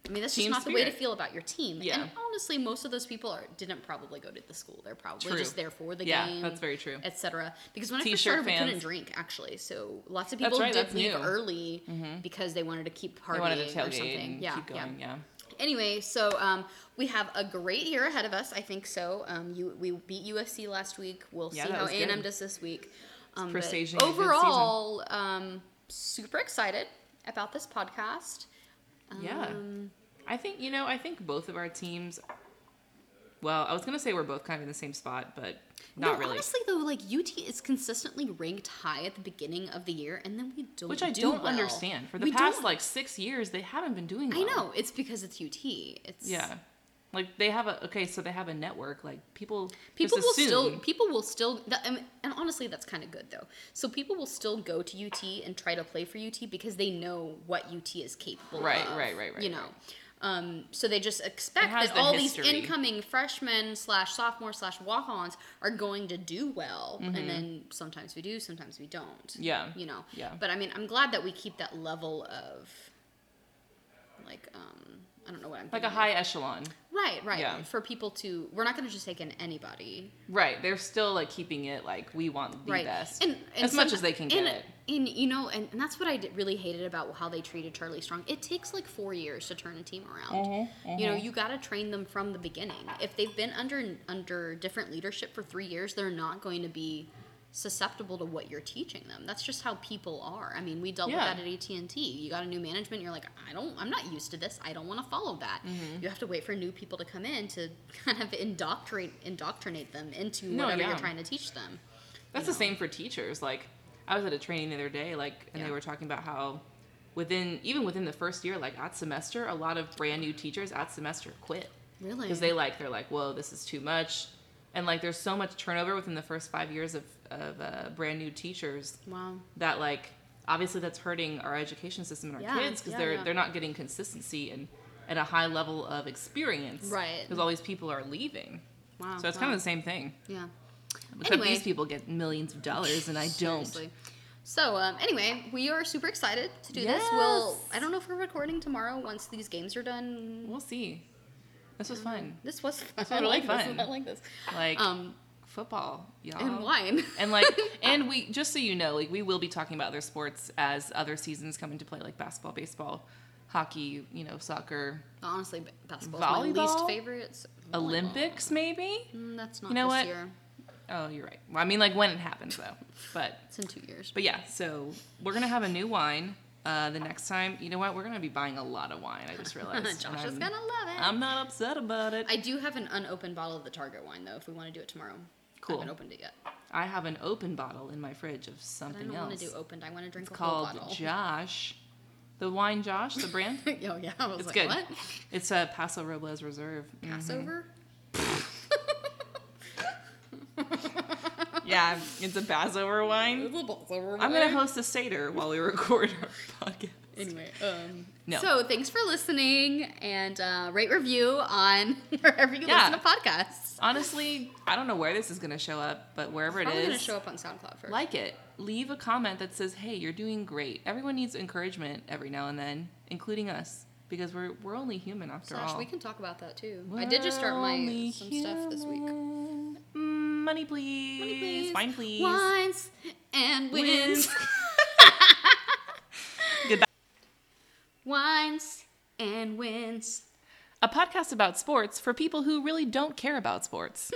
[SPEAKER 1] I mean, that's
[SPEAKER 2] Mm-hmm. Team
[SPEAKER 1] just not the way to
[SPEAKER 2] spirit.
[SPEAKER 1] feel about your team.
[SPEAKER 2] Yeah.
[SPEAKER 1] And honestly, most of those people are, didn't probably go to the school. They're probably
[SPEAKER 2] True.
[SPEAKER 1] just there for the
[SPEAKER 2] Yeah,
[SPEAKER 1] game.
[SPEAKER 2] that's very true.
[SPEAKER 1] Etc. Because when I
[SPEAKER 2] T-shirt
[SPEAKER 1] first started, we couldn't
[SPEAKER 2] fans.
[SPEAKER 1] drink actually, so lots of
[SPEAKER 2] That's
[SPEAKER 1] people
[SPEAKER 2] right,
[SPEAKER 1] did
[SPEAKER 2] that's
[SPEAKER 1] leave
[SPEAKER 2] new. Mm-hmm.
[SPEAKER 1] early because they wanted to keep partying
[SPEAKER 2] I wanted to
[SPEAKER 1] or
[SPEAKER 2] tailgate
[SPEAKER 1] something.
[SPEAKER 2] and
[SPEAKER 1] yeah,
[SPEAKER 2] keep going.
[SPEAKER 1] yeah.
[SPEAKER 2] Yeah.
[SPEAKER 1] Anyway, so um, we have a great year ahead of us. I think so. Um, you, we beat USC last week. We'll
[SPEAKER 2] Yeah,
[SPEAKER 1] see
[SPEAKER 2] that
[SPEAKER 1] how
[SPEAKER 2] was
[SPEAKER 1] A&M
[SPEAKER 2] good.
[SPEAKER 1] does this week. Um, but
[SPEAKER 2] presaging a good season.
[SPEAKER 1] overall, um, super excited about this podcast.
[SPEAKER 2] Yeah.
[SPEAKER 1] Um,
[SPEAKER 2] I think you know. I think both of our teams. Well, I was gonna say we're both kind of in the same spot, but not
[SPEAKER 1] no,
[SPEAKER 2] really.
[SPEAKER 1] Honestly, though, like UT is consistently ranked high at the beginning of the year, and then we don't.
[SPEAKER 2] Which I
[SPEAKER 1] do
[SPEAKER 2] don't
[SPEAKER 1] well.
[SPEAKER 2] understand. For the
[SPEAKER 1] We
[SPEAKER 2] past
[SPEAKER 1] don't-
[SPEAKER 2] like six years, they haven't been doing.
[SPEAKER 1] I
[SPEAKER 2] Well.
[SPEAKER 1] know it's because it's UT. It's
[SPEAKER 2] Yeah. Like they have a okay, so they have a network. Like people,
[SPEAKER 1] people will
[SPEAKER 2] just assume,
[SPEAKER 1] still people will still that, I mean, and honestly that's kind of good though so people will still go to ut and try to play for ut because they know what ut is capable
[SPEAKER 2] Right,
[SPEAKER 1] of
[SPEAKER 2] right, right, right,
[SPEAKER 1] you know um, so they just expect
[SPEAKER 2] has
[SPEAKER 1] that
[SPEAKER 2] the
[SPEAKER 1] all these
[SPEAKER 2] history.
[SPEAKER 1] incoming freshmen slash sophomore slash walk-ons are going to do well and then sometimes we do sometimes we don't
[SPEAKER 2] Mm-hmm. Yeah.
[SPEAKER 1] you know
[SPEAKER 2] Yeah.
[SPEAKER 1] but i mean i'm glad that we keep that level of like um i don't know what i'm
[SPEAKER 2] like a
[SPEAKER 1] thinking of.
[SPEAKER 2] high echelon.
[SPEAKER 1] right right
[SPEAKER 2] Yeah.
[SPEAKER 1] for people to we're not going to just take in anybody
[SPEAKER 2] Right. They're still like keeping it like we want the best.
[SPEAKER 1] And, and
[SPEAKER 2] as much
[SPEAKER 1] some-
[SPEAKER 2] as they can
[SPEAKER 1] and,
[SPEAKER 2] get it.
[SPEAKER 1] And you know, and, and that's what I d- really hated about how they treated Charlie Strong. It takes like four years to turn a team around.
[SPEAKER 2] Mm-hmm,
[SPEAKER 1] You know, you got to train them from the beginning. If they've been under under different leadership for three years, they're not going to be susceptible to what you're teaching them. That's just how people are. I mean, we dealt
[SPEAKER 2] Yeah.
[SPEAKER 1] with that at AT&T. You got a new management, you're like, I don't I'm not used to this. I don't want to follow that.
[SPEAKER 2] Mm-hmm.
[SPEAKER 1] You have to wait for new people to come in to kind of indoctrinate indoctrinate them into
[SPEAKER 2] No,
[SPEAKER 1] whatever
[SPEAKER 2] yeah.
[SPEAKER 1] you're trying to teach them.
[SPEAKER 2] That's
[SPEAKER 1] you
[SPEAKER 2] the same for teachers. Like I was at a training the other day, like and
[SPEAKER 1] Yeah.
[SPEAKER 2] they were talking about how within even within the first year, like at semester, a lot of brand new teachers at semester quit.
[SPEAKER 1] Really?
[SPEAKER 2] Because they like they're like, whoa, this is too much. And like there's so much turnover within the first five years of, of uh, brand new teachers
[SPEAKER 1] Wow.
[SPEAKER 2] that like obviously that's hurting our education system and our
[SPEAKER 1] Yeah,
[SPEAKER 2] kids because
[SPEAKER 1] yeah,
[SPEAKER 2] they're
[SPEAKER 1] yeah.
[SPEAKER 2] they're not getting consistency and at a high level of experience
[SPEAKER 1] Right. Uh-huh.
[SPEAKER 2] because all these people are leaving
[SPEAKER 1] Wow.
[SPEAKER 2] so it's kind of the same thing
[SPEAKER 1] Yeah.
[SPEAKER 2] except
[SPEAKER 1] Anyway.
[SPEAKER 2] these people get millions of dollars and i don't
[SPEAKER 1] Seriously. So um, anyway, we are super excited to do this. We'll
[SPEAKER 2] Yes.
[SPEAKER 1] I don't know if we're recording tomorrow once these games are done.
[SPEAKER 2] we'll see this was fun
[SPEAKER 1] This was fun.
[SPEAKER 2] was really
[SPEAKER 1] I like
[SPEAKER 2] fun.
[SPEAKER 1] This. I like this.
[SPEAKER 2] like
[SPEAKER 1] Um,
[SPEAKER 2] football y'all
[SPEAKER 1] and wine.
[SPEAKER 2] and like and we just so you know like we will be talking about other sports as other seasons come into play like basketball baseball hockey you know soccer
[SPEAKER 1] Honestly, b- basketball's my least
[SPEAKER 2] Volleyball?
[SPEAKER 1] favorite. So- volleyball.
[SPEAKER 2] olympics maybe
[SPEAKER 1] Mm, that's not
[SPEAKER 2] know
[SPEAKER 1] this
[SPEAKER 2] what?
[SPEAKER 1] year.
[SPEAKER 2] Oh, you're right. Well, I mean, like when it happens, though. But
[SPEAKER 1] It's in two years.
[SPEAKER 2] but yeah, so we're gonna have a new wine uh, the next time. You know what? We're gonna be buying a lot of wine. I just realized. and
[SPEAKER 1] Josh is
[SPEAKER 2] I'm,
[SPEAKER 1] gonna love it.
[SPEAKER 2] I'm not upset about it.
[SPEAKER 1] I do have an unopened bottle of the Target wine though. If we want to do it tomorrow, I
[SPEAKER 2] Cool.
[SPEAKER 1] haven't opened it yet.
[SPEAKER 2] I have an open bottle in my fridge of
[SPEAKER 1] But I
[SPEAKER 2] something
[SPEAKER 1] don't want to
[SPEAKER 2] else
[SPEAKER 1] do opened. I want to drink a whole
[SPEAKER 2] called
[SPEAKER 1] bottle.
[SPEAKER 2] Josh, the wine Josh, the brand.
[SPEAKER 1] oh yeah, I was
[SPEAKER 2] It's
[SPEAKER 1] like,
[SPEAKER 2] good.
[SPEAKER 1] what?
[SPEAKER 2] It's a Paso Robles Reserve. Mm.
[SPEAKER 1] Passover.
[SPEAKER 2] yeah, it's a Passover wine. I'm gonna host a seder while we record our podcast.
[SPEAKER 1] Anyway, um,
[SPEAKER 2] No.
[SPEAKER 1] so thanks for listening and uh, rate review on wherever you
[SPEAKER 2] Yeah.
[SPEAKER 1] listen to podcasts.
[SPEAKER 2] Honestly, I don't know where this is gonna show up, but wherever it
[SPEAKER 1] Probably
[SPEAKER 2] is,
[SPEAKER 1] gonna show up on SoundCloud first.
[SPEAKER 2] like it. Leave a comment that says, "Hey, you're doing great." Everyone needs encouragement every now and then, including us, because we're we're only human after
[SPEAKER 1] Gosh,
[SPEAKER 2] all.
[SPEAKER 1] we can talk about that too.
[SPEAKER 2] We're
[SPEAKER 1] I did just start my
[SPEAKER 2] only
[SPEAKER 1] some stuff this week.
[SPEAKER 2] human. Mm, Money, please. Wine, please.
[SPEAKER 1] Wines and wins.
[SPEAKER 2] Wins. Goodbye.
[SPEAKER 1] Wines and wins.
[SPEAKER 2] A podcast about sports for people who really don't care about sports.